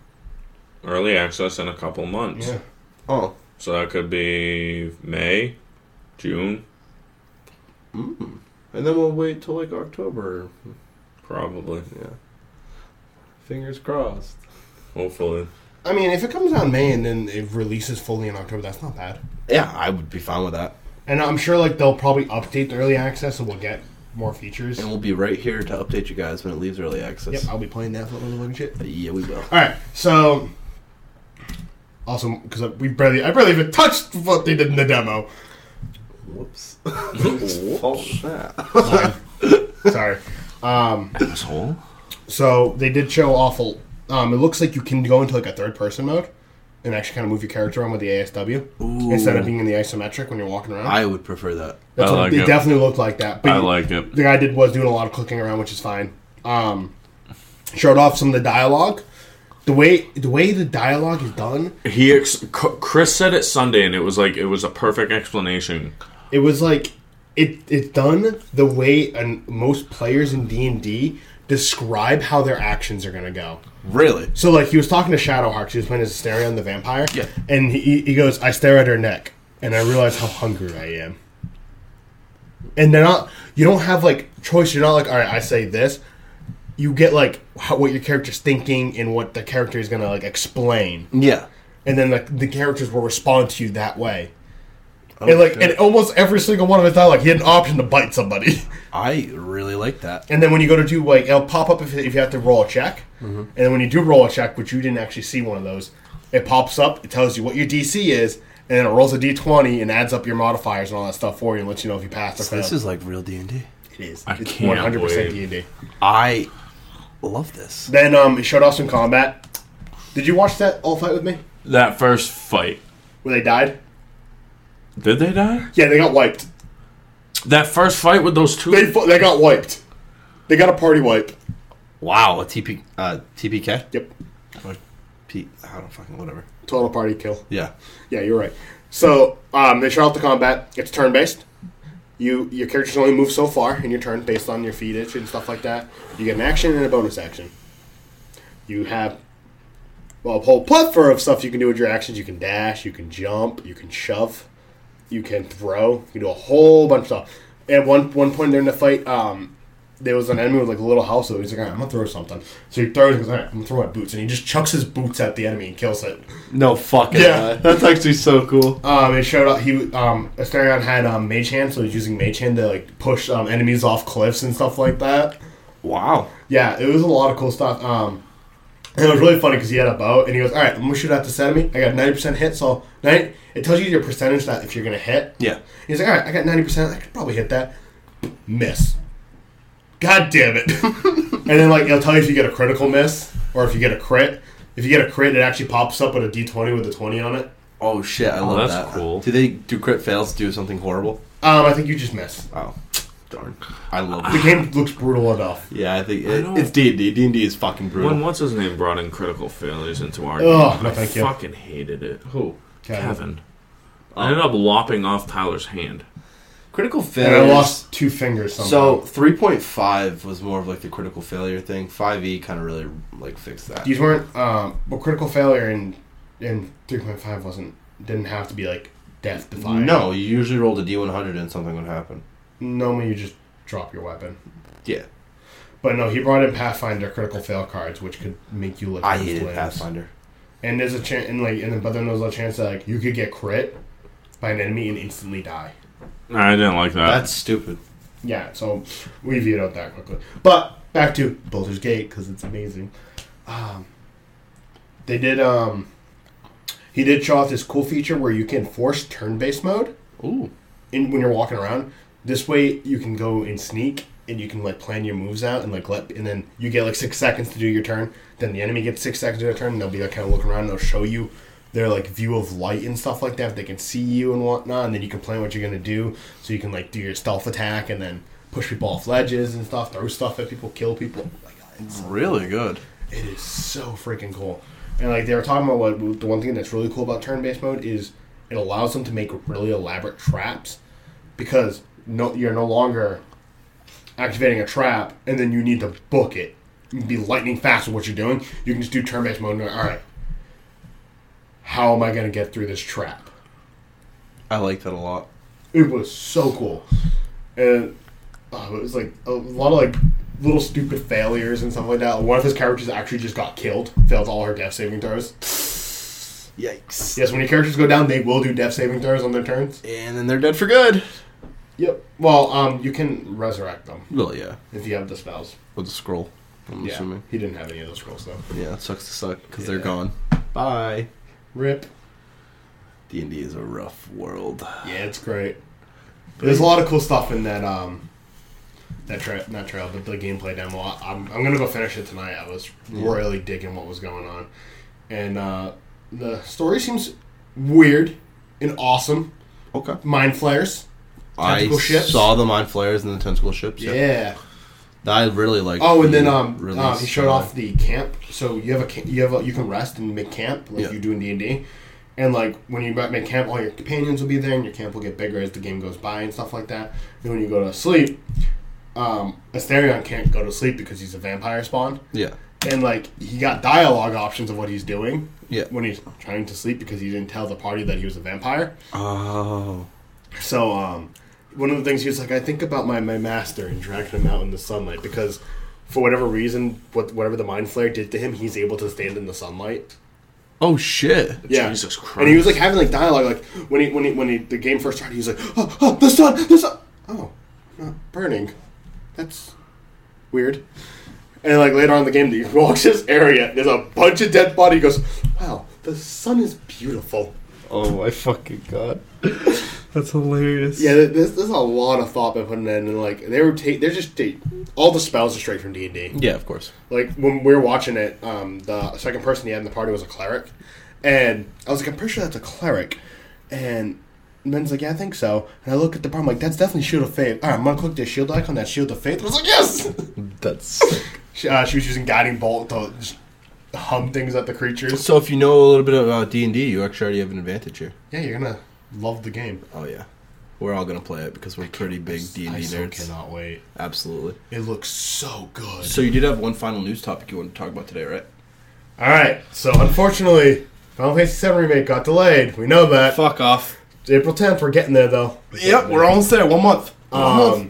Speaker 1: Early access in a couple months.
Speaker 2: Yeah.
Speaker 3: Oh,
Speaker 1: So that could be May, June,
Speaker 3: and then we'll wait till like October.
Speaker 1: probably.
Speaker 3: Fingers crossed.
Speaker 1: Hopefully.
Speaker 2: I mean, if it comes out in May and then it releases fully in October, that's not bad.
Speaker 3: Yeah, I would be fine with that,
Speaker 2: And I'm sure like they'll probably update the early access, so we'll get more features.
Speaker 3: and we'll be right here to update you guys when it leaves early
Speaker 2: Yep,
Speaker 3: access.
Speaker 2: I'll be playing that for the fucking shit.
Speaker 3: Yeah, we will.
Speaker 2: All right, so also because we barely, I barely even touched what they did in the demo.
Speaker 3: Whoops.
Speaker 2: Sorry. Um,
Speaker 3: Asshole.
Speaker 2: So they did show awful. Um, it looks like you can go into like a third person mode and actually kind of move your character around with the ASW
Speaker 3: Ooh.
Speaker 2: instead of being in the isometric when you're walking around.
Speaker 3: I would prefer that.
Speaker 2: That's
Speaker 1: I
Speaker 2: what,
Speaker 1: like
Speaker 2: it
Speaker 1: it.
Speaker 2: definitely looked like that. But
Speaker 1: I
Speaker 2: you-
Speaker 1: like it.
Speaker 2: the guy did was doing a lot of clicking around, which is fine. Um, showed off some of the dialogue. The way the way the dialogue is done,
Speaker 1: He ex- C- Chris said it Sunday, and it was like it was a perfect explanation.
Speaker 2: it was like it it's done the way and most players in D and D describe how their actions are gonna go.
Speaker 3: Really?
Speaker 2: So like he was talking to Shadowhawks, he was playing as Asterion the vampire.
Speaker 7: Yeah.
Speaker 2: And he, he goes, I stare at her neck, and I realize how hungry I am. And they're not. You don't have like choice. You're not like, all right, I say this. You get like how, what your character's thinking and what the character is gonna like explain,
Speaker 3: Yeah.
Speaker 2: and then like the characters will respond to you that way. and like, and almost every single one of his dialogue, he had an option to bite somebody.
Speaker 3: I really like that.
Speaker 2: And then when you go to do like it'll pop up if, if you have to roll a check, and then when you do roll a check, which you didn't actually see one of those, it pops up. It tells you what your DC is, and then it rolls a D twenty and adds up your modifiers and all that stuff for you and lets you know if you passed or failed.
Speaker 3: This is like real D and D.
Speaker 2: it is.
Speaker 1: I
Speaker 2: it's
Speaker 1: can't
Speaker 2: one hundred percent
Speaker 1: wait.
Speaker 2: D and D.
Speaker 3: I love this.
Speaker 2: Then um, it showed off some combat. Did you watch that all fight with me
Speaker 1: That first fight.
Speaker 2: where they died?
Speaker 1: Did they die?
Speaker 2: Yeah, they got wiped.
Speaker 1: That first fight with those two.
Speaker 2: They fu- they got wiped. They got a party wipe.
Speaker 3: Wow, a TP, uh, TPK,
Speaker 2: Yep,
Speaker 3: or P, I don't fucking whatever.
Speaker 2: total party kill.
Speaker 3: Yeah.
Speaker 2: Yeah, you're right. So um, they start off the combat. It's turn based. You your characters only move so far in your turn based on your feet itch and stuff like that. You get an action and a bonus action. You have well, a whole plethora of stuff you can do with your actions. You can dash, you can jump, you can shove, you can throw. You can do a whole bunch of stuff. At one one point during the fight, um, there was an enemy with like a little house. So he's like, "All right, I'm gonna throw something. So he throws. He's like, "All right, I'm gonna throw my boots, and he just chucks his boots at the enemy and kills it.
Speaker 7: No fucking.
Speaker 2: Yeah.
Speaker 7: way. That's actually so cool.
Speaker 2: Um, it showed up. He um, Asterion had um, Mage Hand, so he was using Mage Hand to like push um, enemies off cliffs and stuff like that.
Speaker 7: Wow.
Speaker 2: Yeah, it was a lot of cool stuff. Um, and it was really funny because he had a bow, and he goes, "All right, I'm gonna shoot at this enemy. I got ninety percent hit, so 90, it tells you your percentage that if you're gonna hit."
Speaker 3: Yeah.
Speaker 2: He's like, "All right, I got ninety percent. I could probably hit that. Miss. God damn it!" and then like it'll tell you if you get a critical miss or if you get a crit. If you get a crit, it actually pops up with a D20 with a 20 on it.
Speaker 3: Oh shit, I love
Speaker 1: that's
Speaker 3: that.
Speaker 1: cool.
Speaker 3: Do they do crit fails do something horrible?
Speaker 2: Um, I think you just missed.
Speaker 3: Oh, darn. I love
Speaker 2: The
Speaker 3: it.
Speaker 2: game looks brutal enough.
Speaker 3: Yeah, I think
Speaker 1: Ah. I
Speaker 3: it,
Speaker 1: don't-
Speaker 3: it's D and D. D and D is fucking brutal.
Speaker 1: When what's his name brought in critical failures into our
Speaker 2: Ugh,
Speaker 1: game,
Speaker 2: no,
Speaker 1: I
Speaker 2: thank you.
Speaker 1: fucking hated it.
Speaker 3: Who?
Speaker 1: Kevin.
Speaker 2: Oh.
Speaker 1: I ended up lopping off Tyler's hand.
Speaker 3: Critical failure.
Speaker 2: And I lost two fingers.
Speaker 3: So
Speaker 2: Somehow. So
Speaker 3: three point five was more of like the critical failure thing. Five E kind of really like fixed that.
Speaker 2: these weren't. Um, but critical failure in in three point five wasn't didn't have to be like death defying.
Speaker 3: No, you usually rolled a D one hundred and something would happen.
Speaker 2: normally you just drop your weapon.
Speaker 3: Yeah,
Speaker 2: But no, he brought in Pathfinder critical fail cards, which could make you look.
Speaker 3: I hated Pathfinder.
Speaker 2: And there's a chance, and like, and then, but then there's a chance that like you could get crit by an enemy and instantly die.
Speaker 1: I didn't like that.
Speaker 3: That's stupid.
Speaker 2: Yeah, so we viewed out that quickly. But back to Boulder's Gate because it's amazing. Um, they did. Um, he did show off this cool feature where you can force turn-based mode
Speaker 3: Ooh,
Speaker 2: in when you're walking around. This way, you can go and sneak, and you can like plan your moves out, and like let, and then you get like six seconds to do your turn. Then the enemy gets six seconds to do their turn. And they'll be like kind of looking around. And they'll show you their like view of light and stuff like that. If they can see you and whatnot, and then you can plan what you're gonna do. So you can like do your stealth attack, and then push people off ledges and stuff, throw stuff at people, kill people. Oh my god, it's
Speaker 3: really good.
Speaker 2: it is so freaking cool. And like they were talking about what the one thing that's really cool about turn-based mode is it allows them to make really elaborate traps because no you're no longer activating a trap and then you need to book it. You can be lightning fast with what you're doing. You can just do turn-based mode and go, all right. How am I going to get through this trap?
Speaker 3: I like that a lot.
Speaker 2: It was so cool, and uh, it was like a lot of like little stupid failures and stuff like that. One of his characters actually just got killed, failed all her death saving throws.
Speaker 3: Yikes.
Speaker 2: Yes, when your characters go down, they will do death saving throws on their turns.
Speaker 3: And then they're dead for good.
Speaker 2: Yep. Well, um, you can resurrect them
Speaker 3: Well, yeah,
Speaker 2: if you have the spells.
Speaker 3: with a scroll. I'm assuming.
Speaker 2: He didn't have any of those scrolls though.
Speaker 3: Yeah, it sucks to suck because
Speaker 2: Yeah.
Speaker 3: they're gone. Bye.
Speaker 2: Rip.
Speaker 3: D and D is a rough world.
Speaker 2: Yeah, it's great. There's a lot of cool stuff in that um, that tra- not trail, but the gameplay demo. I- I'm, I'm gonna go finish it tonight. I was really digging what was going on, and uh, the story seems weird and awesome.
Speaker 3: Okay.
Speaker 2: Mind flares. Tentacle
Speaker 3: I
Speaker 2: ships?
Speaker 3: saw the mind flares and the tentacle ships. Yeah.
Speaker 2: Yeah.
Speaker 3: I really like.
Speaker 2: Oh, and then um, um,
Speaker 4: uh,
Speaker 2: he showed off the camp. So you have a ca- you have a, you can rest and make camp like
Speaker 3: Yeah.
Speaker 2: you do in D and D, And like when you make camp, all your companions will be there, and your camp will get bigger as the game goes by and stuff like that. And when you go to sleep, um, Asterion can't go to sleep because he's a vampire spawn,
Speaker 4: Yeah.
Speaker 2: and like he got dialogue options of what he's doing
Speaker 4: Yeah.
Speaker 2: when he's trying to sleep because he didn't tell the party that he was a vampire.
Speaker 4: Oh.
Speaker 2: So, um, one of the things he was like, I think about my, my master and dragging him out in the sunlight because, for whatever reason, what whatever the mind flare did to him, he's able to stand in the sunlight.
Speaker 7: Oh shit.
Speaker 2: Yeah,
Speaker 1: Jesus
Speaker 2: And he was like having like dialogue, like when he when he when he, the game first started, he was like, oh, oh the sun, the sun. Oh, not burning. That's weird. And like later on in the game, he walks this area. There's a bunch of dead body. He goes, wow, the sun is beautiful.
Speaker 7: Oh my fucking god. That's hilarious.
Speaker 2: Yeah, th- there's, there's a lot of thought been put in, it, and like they were, ta- they're just ta- all the spells are straight from D and D.
Speaker 4: Yeah, of course.
Speaker 2: Like when we were watching it, um, the second person he had in the party was a cleric, and I was like, I'm pretty sure that's a cleric, and Men's like, yeah, I think so. And I look at the bar, I'm like, that's definitely Shield of Faith. All right, I'm gonna click the Shield icon, that Shield of Faith. I was like, yes.
Speaker 4: That's
Speaker 2: She, uh, she was using Guiding Bolt to just hum things at the creatures.
Speaker 4: so. If you know a little bit about D and D, you actually already have an advantage here.
Speaker 2: Yeah, you're gonna love the game.
Speaker 4: Oh yeah, we're all gonna play it because we're pretty big D and
Speaker 2: I
Speaker 4: D
Speaker 2: so
Speaker 4: nerds.
Speaker 2: cannot wait.
Speaker 4: Absolutely.
Speaker 2: It looks so good.
Speaker 4: So you did have one final news topic you wanted to talk about today, right?
Speaker 2: All right. So unfortunately, Final Fantasy VII remake got delayed. We know that.
Speaker 7: Fuck off.
Speaker 2: It's April 10th. We're getting there though.
Speaker 3: Yep, we're almost there. One month.
Speaker 2: Um,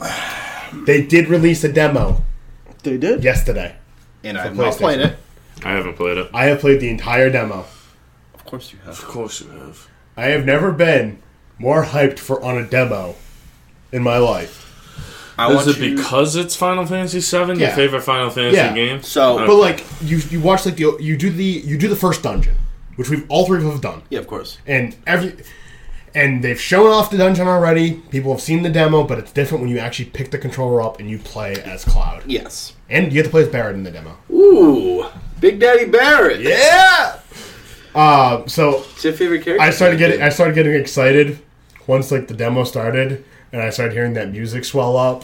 Speaker 2: they did release a demo
Speaker 7: They did.
Speaker 2: yesterday.
Speaker 3: And
Speaker 2: For
Speaker 3: I've not
Speaker 2: PlayStation.
Speaker 3: played it.
Speaker 1: I haven't played it.
Speaker 2: I have played the entire demo.
Speaker 3: Of course you have.
Speaker 1: Of course you have.
Speaker 2: I have never been more hyped for on a demo in my life.
Speaker 3: I
Speaker 1: Is it because it's Final Fantasy VII,
Speaker 2: Yeah.
Speaker 1: your favorite Final Fantasy
Speaker 2: Yeah.
Speaker 1: game?
Speaker 3: So-
Speaker 1: Okay.
Speaker 2: But like you, you watch like the you do the you do the first dungeon, which we've all three of us have done.
Speaker 3: Yeah, of course.
Speaker 2: and every and they've shown off the dungeon already. People have seen the demo, but it's different when you actually pick the controller up and you play as Cloud.
Speaker 3: Yes.
Speaker 2: And you have to play as Barrett in the demo.
Speaker 3: Ooh, Big Daddy Barrett.
Speaker 2: Yeah. Uh, so
Speaker 3: It's your favorite character.
Speaker 2: I started getting I started getting excited once like the demo started, and I started hearing that music swell up.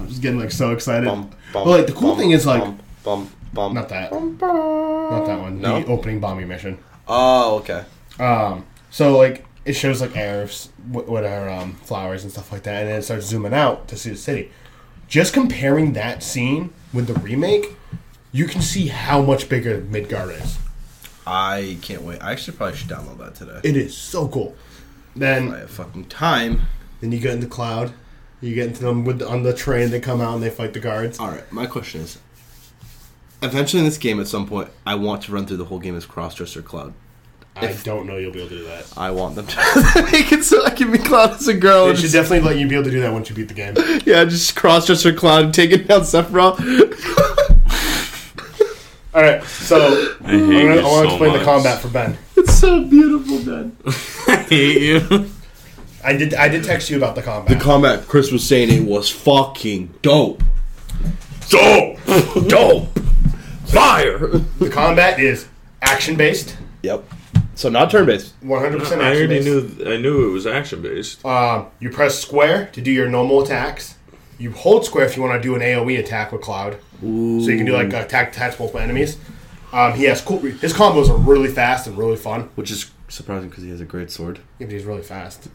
Speaker 2: I was getting like so excited. but like the cool thing is like
Speaker 3: Bum, bum, bum.
Speaker 2: not that, not that one.
Speaker 3: No?
Speaker 2: The opening bombing mission.
Speaker 3: Oh, okay.
Speaker 2: Um, so like it shows like Arabs, what, what are um, flowers and stuff like that, and then it starts zooming out to see the city. Just comparing that scene with the remake, you can see how much bigger Midgard is.
Speaker 4: I can't wait. I actually probably should download that today.
Speaker 2: It is so cool.
Speaker 4: I
Speaker 2: Then
Speaker 4: have fucking time.
Speaker 2: then you get in the cloud, you get into them with on the train. They come out and they fight the guards.
Speaker 3: Uh,
Speaker 4: All right, my question is: Eventually, in this game, at some point, I want to run through the whole game as Crossdresser Cloud.
Speaker 2: I don't know you'll be able to do that.
Speaker 4: I want them to make it so I can be Cloud as a
Speaker 3: Oh,
Speaker 4: girl.
Speaker 2: They
Speaker 4: and
Speaker 2: should
Speaker 4: just-
Speaker 2: definitely let you be able to do that once you beat the game.
Speaker 4: yeah, just Crossdresser Cloud and taking down Sephiroth.
Speaker 2: All right, so
Speaker 1: I hate
Speaker 2: I'm gonna,
Speaker 1: you
Speaker 2: I want to
Speaker 1: so
Speaker 2: explain the
Speaker 1: much.
Speaker 2: combat for Ben.
Speaker 4: it's so beautiful, man.
Speaker 1: I hate you.
Speaker 2: I did I did text you about the combat.
Speaker 4: The combat Chris was saying it was fucking dope.
Speaker 1: Dope! Dope! Fire!
Speaker 2: the combat is action based.
Speaker 4: Yep. So not turn based.
Speaker 2: One hundred
Speaker 1: I
Speaker 2: percent.
Speaker 1: already knew. I knew it was action based.
Speaker 2: Uh, you press square to do your normal attacks. You hold square if you want to do an AOE attack with Cloud, so you can do like attack attacks multiple enemies. Um, he has cool. His combos are really fast and really fun.
Speaker 4: Which is surprising because he has a great sword.
Speaker 2: Yeah, but he's really fast.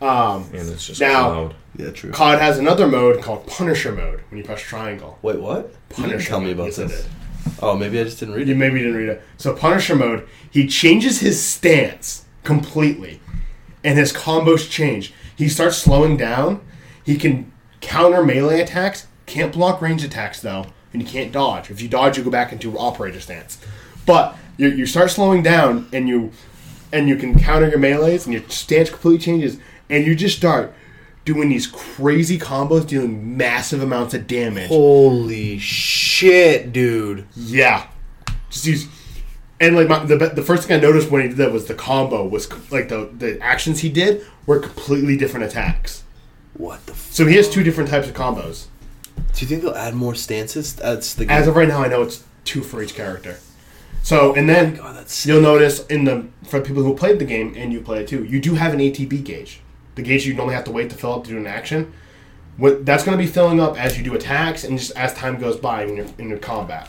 Speaker 1: And it's just
Speaker 2: Now-
Speaker 1: cloud.
Speaker 4: Yeah, true.
Speaker 2: Cloud has another mode called Punisher mode when you press triangle.
Speaker 4: Wait, what? You didn't
Speaker 2: Punisher
Speaker 4: tell me
Speaker 2: mode,
Speaker 4: about
Speaker 2: yes, I
Speaker 4: this.
Speaker 2: did.
Speaker 4: Oh, maybe I just didn't read
Speaker 2: You
Speaker 4: it.
Speaker 2: maybe didn't read it. So Punisher mode, he changes his stance completely, and his combos change. He starts slowing down. He can counter melee attacks. Can't block range attacks though, and you can't dodge. If you dodge, you go back into operator stance. But you, you start slowing down, and you and you can counter your melee's, and your stance completely changes, and you just start doing these crazy combos, dealing massive amounts of damage.
Speaker 4: Holy shit, dude.
Speaker 2: Yeah, just use. And like my, the the first thing I noticed when he did that was the combo was co- like the the actions he did were completely different attacks.
Speaker 4: What the f-
Speaker 2: So he has two different types of combos.
Speaker 4: Do you think they'll add more stances? That's the
Speaker 2: As of right now, I know it's two for each character. So and then
Speaker 4: Oh God, that's
Speaker 2: you'll notice in the for people who played the game and you play it too, you do have an ATB gauge, the gauge you normally have to wait to fill up to do an action. What that's going to be filling up as you do attacks and just as time goes by in your in your combat.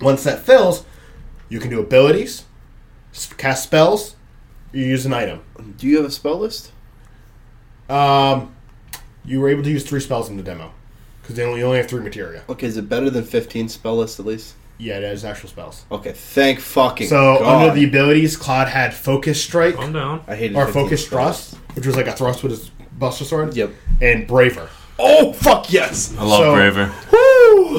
Speaker 2: Once that fills, you can do abilities, s- cast spells, You use an item.
Speaker 3: Do you have a spell list?
Speaker 2: Um, you were able to use three spells in the demo because they only you only have three materia.
Speaker 3: Okay, is it better than 15 spell list at least?
Speaker 2: Yeah, that is actual spels.
Speaker 3: Okay, thank fucking
Speaker 2: So
Speaker 3: God.
Speaker 2: under the abilities, Cloud had Focus Strike
Speaker 1: Calm down.
Speaker 3: I hated
Speaker 2: or
Speaker 3: 15
Speaker 2: Focus
Speaker 3: spell
Speaker 2: Thrust, which was like a thrust with his Buster Sword.
Speaker 3: Yep.
Speaker 2: And Braver.
Speaker 3: Oh fuck yes!
Speaker 1: I love
Speaker 2: So-
Speaker 1: Braver.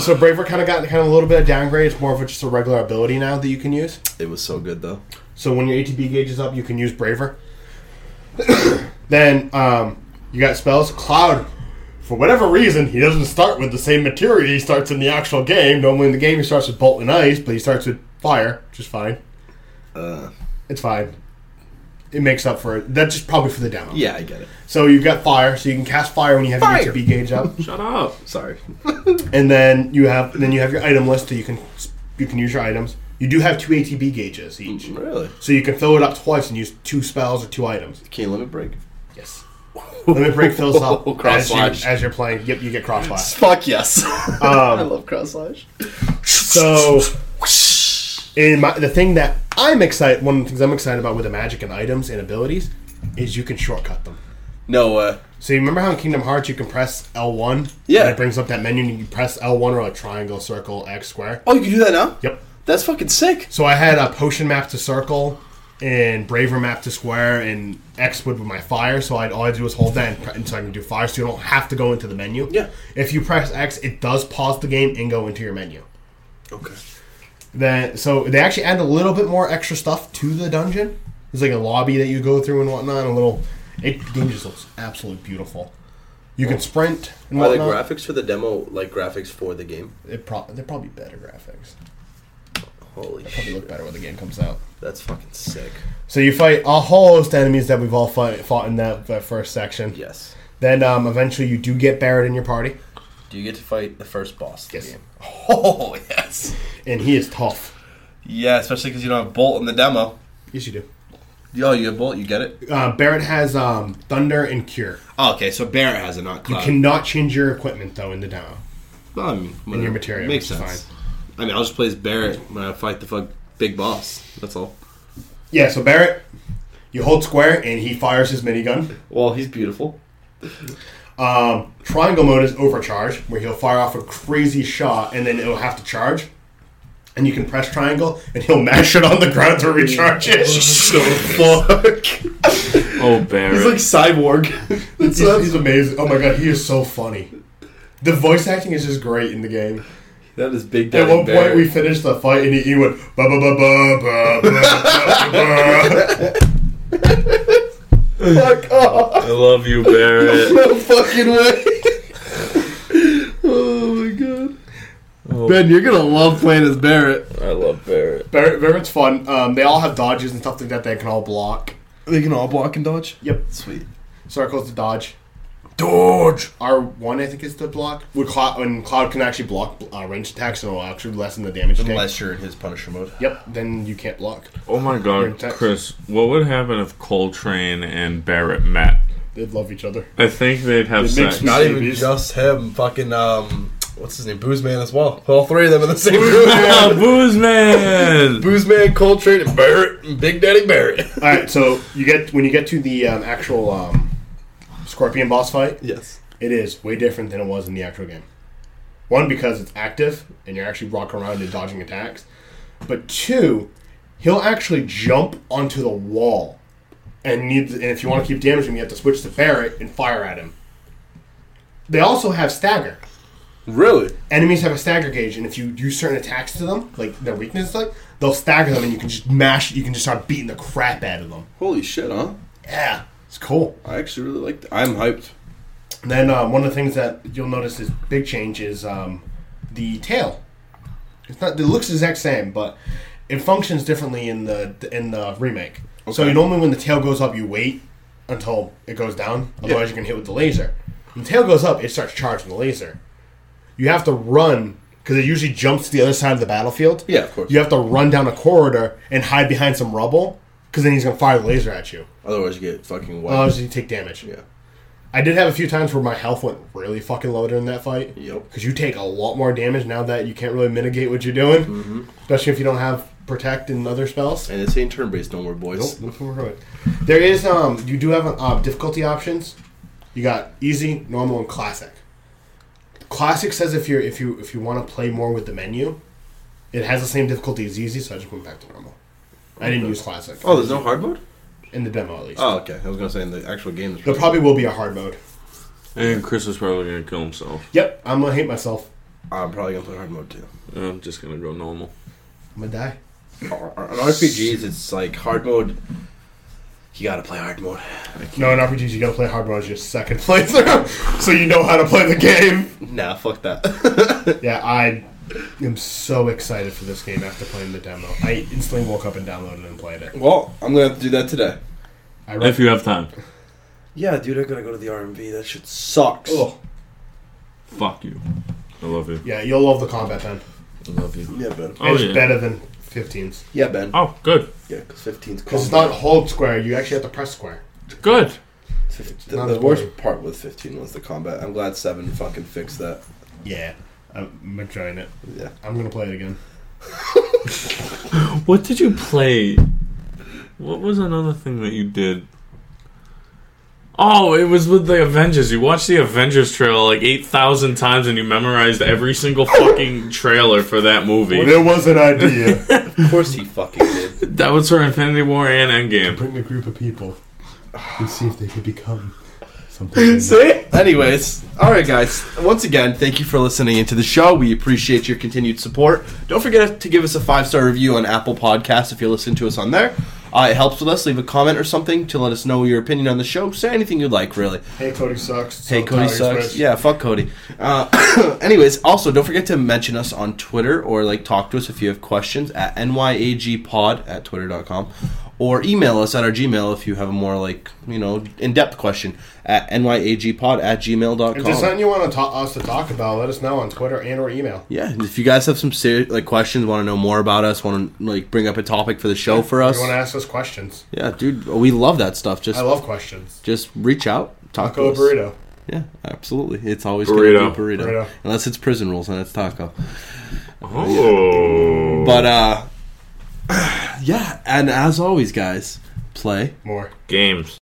Speaker 2: So Braver kind of got kind of a little bit of downgrade. It's more of just a regular ability now that you can use.
Speaker 3: It was so good though.
Speaker 2: So when your ATB gauge is up, you can use Braver. then um, you got spells. Cloud, for whatever reason, he doesn't start with the same material he starts in the actual game. Normally in the game he starts with bolt and ice, but he starts with fire, which is fine.
Speaker 3: Uh,
Speaker 2: It's fine. It makes up for it. That's just probably for the demo.
Speaker 3: yeah, I get it.
Speaker 2: So you've got fire, so you can cast fire when you have your ATB gauge up,
Speaker 1: Shut up.
Speaker 3: Sorry.
Speaker 2: and then you have then you have your item list, so you can you can use your items. You do have two ATB gauges each,
Speaker 3: really?
Speaker 2: so you can fill it up twice and use two spells or two items.
Speaker 3: Can you limit break?
Speaker 2: Yes. Limit break fills up
Speaker 3: Cross
Speaker 2: as, you,
Speaker 3: slash.
Speaker 2: as you're playing. Yep, you get cross slash.
Speaker 3: Fuck yes.
Speaker 2: Um,
Speaker 3: I love cross slash.
Speaker 2: So, in my, the thing that I'm excited, one of the things I'm excited about with the magic and items and abilities is you can shortcut them.
Speaker 3: No, uh,
Speaker 2: So you remember how in Kingdom Hearts you can press L1?
Speaker 3: Yeah.
Speaker 2: And it brings up that menu and you press L1 or like triangle, circle, X, square.
Speaker 3: oh, you can do that now.
Speaker 2: Yep.
Speaker 3: That's fucking sick.
Speaker 2: So I had a potion map to circle and braver map to square and X would with my fire. So I'd all I do is hold that and, pre- and so I can do fire. So you don't have to go into the menu.
Speaker 3: Yeah.
Speaker 2: If you press X, it does pause the game and go into your menu.
Speaker 3: Okay.
Speaker 2: Then so they actually add a little bit more extra stuff to the dungeon. There's like a lobby that you go through and whatnot. A little, it the game just looks absolutely beautiful. You can sprint and
Speaker 3: Are the
Speaker 2: whatnot.
Speaker 3: graphics for the demo like graphics for the game?
Speaker 2: It pro- they're probably better graphics.
Speaker 3: Holy
Speaker 2: Probably
Speaker 3: shit,
Speaker 2: look better when the game comes out.
Speaker 3: that's fucking sick.
Speaker 2: So you fight a host of enemies that we've all fight, fought in that, that first section.
Speaker 3: Yes.
Speaker 2: Then um, eventually you do get Barrett in your party,
Speaker 3: Do you get to fight the first boss? Of the
Speaker 2: Yes.
Speaker 3: Game? Oh yes.
Speaker 2: and he is tough.
Speaker 3: Yeah, especially because you don't have bolt in the demo.
Speaker 2: Yes, you do.
Speaker 3: Oh, you have bolt. You get it.
Speaker 2: Uh, Barrett has um, Thunder and Cure.
Speaker 3: Oh, okay, so Barrett has it, not
Speaker 2: You
Speaker 3: Cloud.
Speaker 2: cannot change your equipment though in the demo.
Speaker 3: Well, I mean, whatever.
Speaker 2: your material,
Speaker 3: makes
Speaker 2: which is
Speaker 3: sense. I mean, I'll just play as Barrett when I fight the fuck big boss. That's all.
Speaker 2: Yeah, so Barrett, you hold square and he fires his minigun.
Speaker 3: Well, he's beautiful.
Speaker 2: Um, triangle mode is overcharge, where he'll fire off a crazy shot and then it'll have to charge. And you can press triangle and he'll mash it on the ground to recharge it. so fuck.
Speaker 1: Oh, Barrett.
Speaker 3: cyborg.
Speaker 2: He's, he's amazing. Oh my god, he is so funny. The voice acting is just great in the game.
Speaker 3: that is big.
Speaker 2: At one point, we finished the fight and he, he went ba ba ba ba ba ba ba ba.
Speaker 3: fuck off.
Speaker 1: I love you, Barrett.
Speaker 3: No fucking way. oh my god. Ben, you're gonna love playing as Barrett.
Speaker 1: I love Barrett.
Speaker 2: Barrett, Barrett's fun. Um, they all have dodges and stuff like that. They can all block.
Speaker 3: They can all block and dodge.
Speaker 2: Yep.
Speaker 3: Sweet.
Speaker 2: Circles to dodge.
Speaker 3: Dodge.
Speaker 2: R one, I think, is the block. When Cloud, when Cloud can actually block uh, range attacks, and it'll actually lessen the damage. taken.
Speaker 3: Unless you're in his Punisher mode.
Speaker 2: Yep. Then you can't block.
Speaker 1: Oh my
Speaker 2: You're in
Speaker 1: God,
Speaker 2: Texas.
Speaker 1: Chris! What would happen if Coltrane and Barrett met?
Speaker 2: They'd love each other.
Speaker 1: I think they'd have
Speaker 2: It makes
Speaker 1: sex.
Speaker 2: me-
Speaker 4: Not even
Speaker 2: Babies.
Speaker 4: just him. Fucking um, what's his name? Booze Man as well. All three of them in the same room.
Speaker 1: Ah, Booze man.
Speaker 4: Booze Man, Coltrane, and Barrett, and Big Daddy Barrett.
Speaker 2: All right. So you get when you get to the um, actual um, Scorpion boss fight,
Speaker 4: Yes.
Speaker 2: it is way different than it was in the actual game. One because it's active and you're actually walking around and dodging attacks, but two, he'll actually jump onto the wall, and need and if you want to keep damaging him, you have to switch to Barrett and fire at him. They also have stagger.
Speaker 3: Really?
Speaker 2: enemies have a stagger gauge, and if you do certain attacks to them, like their weakness, like they'll stagger them, and you can just mash. You can just start beating the crap out of them.
Speaker 3: Holy shit, huh?
Speaker 2: Yeah, it's cool.
Speaker 3: I actually really like. That. I'm hyped.
Speaker 2: And then um, one of the things that you'll notice is big change is um, the tail. It's not. It looks the exact same, but it functions differently in the in the remake. So
Speaker 3: Okay.
Speaker 2: normally when the tail goes up, you wait until it goes down. Otherwise, you can hit with the laser. When the tail goes up, it starts charging the laser. You have to run because it usually jumps to the other side of the battlefield.
Speaker 3: Yeah, of course.
Speaker 2: You have to run down a corridor and hide behind some rubble because then he's gonna fire the laser at you.
Speaker 4: Um,
Speaker 3: Otherwise, you get fucking wiped.
Speaker 2: Otherwise, you take damage.
Speaker 3: yeah.
Speaker 2: I did have a few times where my health went really fucking low during that fight.
Speaker 3: Yep.
Speaker 2: Because you take a lot more damage now that you can't really mitigate what you're doing,
Speaker 3: Mm-hmm.
Speaker 2: especially if you don't have protect and other spells.
Speaker 3: And it's ain't turn based no more, boys.
Speaker 2: Nope, we're good. There is um, you do have uh, difficulty options. You got easy, normal, and classic. Classic says if you're if you if you want to play more with the menu, it has the same difficulty as easy, so I just went back to normal. I didn't use classic.
Speaker 3: Oh, there's no hard mode.
Speaker 2: in the demo at least.
Speaker 3: Oh, okay. I was gonna say in the actual game.
Speaker 2: There probably will be a hard mode.
Speaker 1: And Chris is probably gonna kill himself.
Speaker 2: Yep, I'm gonna hate myself.
Speaker 3: I'm probably gonna play hard mode too.
Speaker 1: I'm just gonna go normal.
Speaker 2: I'm gonna die.
Speaker 3: On RPGs, it's like hard mode. You gotta play hard mode.
Speaker 2: No, in RPGs you gotta play hard mode as your second playthrough, so you know how to play the game.
Speaker 3: Nah, fuck that.
Speaker 2: Yeah, I am so excited for this game after playing the demo. I instantly woke up and downloaded and played it.
Speaker 3: well, I'm gonna have to do that today.
Speaker 2: I read.
Speaker 1: If you have time.
Speaker 3: Yeah, dude, I gotta go to the RMV. That shit sucks.
Speaker 2: Ugh.
Speaker 1: Fuck you. I love you.
Speaker 2: Oh, Yeah, you'll love the combat then.
Speaker 1: I love you.
Speaker 3: Yeah, Ben.
Speaker 1: Oh
Speaker 2: it's
Speaker 1: yeah.
Speaker 2: better than 15s.
Speaker 3: Yeah, Ben.
Speaker 1: Oh, good.
Speaker 3: Yeah, because 15's
Speaker 2: Because it's not hold square, you actually have to press square.
Speaker 1: Good.
Speaker 3: The,
Speaker 2: not
Speaker 3: the
Speaker 2: as
Speaker 3: worst
Speaker 2: boring.
Speaker 3: part with 15 was the combat. I'm glad 7 fucking fixed that.
Speaker 2: Yeah, I'm enjoying it.
Speaker 3: Yeah.
Speaker 2: I'm gonna play it again.
Speaker 1: What did you play? What was another thing that you did? Oh, it was with the Avengers. You watched the Avengers trailer like 8,000 times and you memorized every single fucking trailer for that movie.
Speaker 2: was an idea.
Speaker 3: Of course he fucking did.
Speaker 1: That was for Infinity War and Endgame.
Speaker 2: Bring a group of people and see if they could become something.
Speaker 3: See? Anyways, alright, guys. Once again, thank you for listening into the show. We appreciate your continued support. Don't forget to give us a five star review on Apple Podcasts if you're listening to us on there. Uh, it helps with us. Leave a comment or something to let us know your opinion on the show. Say anything you'd like, really.
Speaker 2: hey, Cody sucks.
Speaker 3: Hey,
Speaker 2: So
Speaker 3: Cody
Speaker 2: Tyler's
Speaker 3: sucks.
Speaker 2: rich.
Speaker 3: Yeah, fuck Cody. Uh, anyways, also don't forget to mention us on Twitter or like talk to us if you have questions at nyagpod at twitter.com or email us at our Gmail if you have a more like, you know, in depth question at nyagpod at
Speaker 2: If there's something
Speaker 3: gmail.com.
Speaker 2: you want to ta- us to talk about, let us know on Twitter and or email.
Speaker 3: Yeah, and if you guys have some serious like questions, want to know more about us, want to like bring up a topic for the show for
Speaker 2: If
Speaker 3: us,
Speaker 2: you want to ask us questions,
Speaker 3: yeah, dude, we love that stuff. Just
Speaker 2: I love questions.
Speaker 3: just reach out, talk
Speaker 2: Taco
Speaker 3: to us.
Speaker 2: burrito.
Speaker 3: Yeah, absolutely. It's always going to
Speaker 1: Burrito.
Speaker 3: be burrito.
Speaker 2: Burrito.
Speaker 3: unless it's prison rules and it's taco.
Speaker 1: Oh.
Speaker 3: But uh yeah, and as always guys, play
Speaker 2: More.
Speaker 1: Games.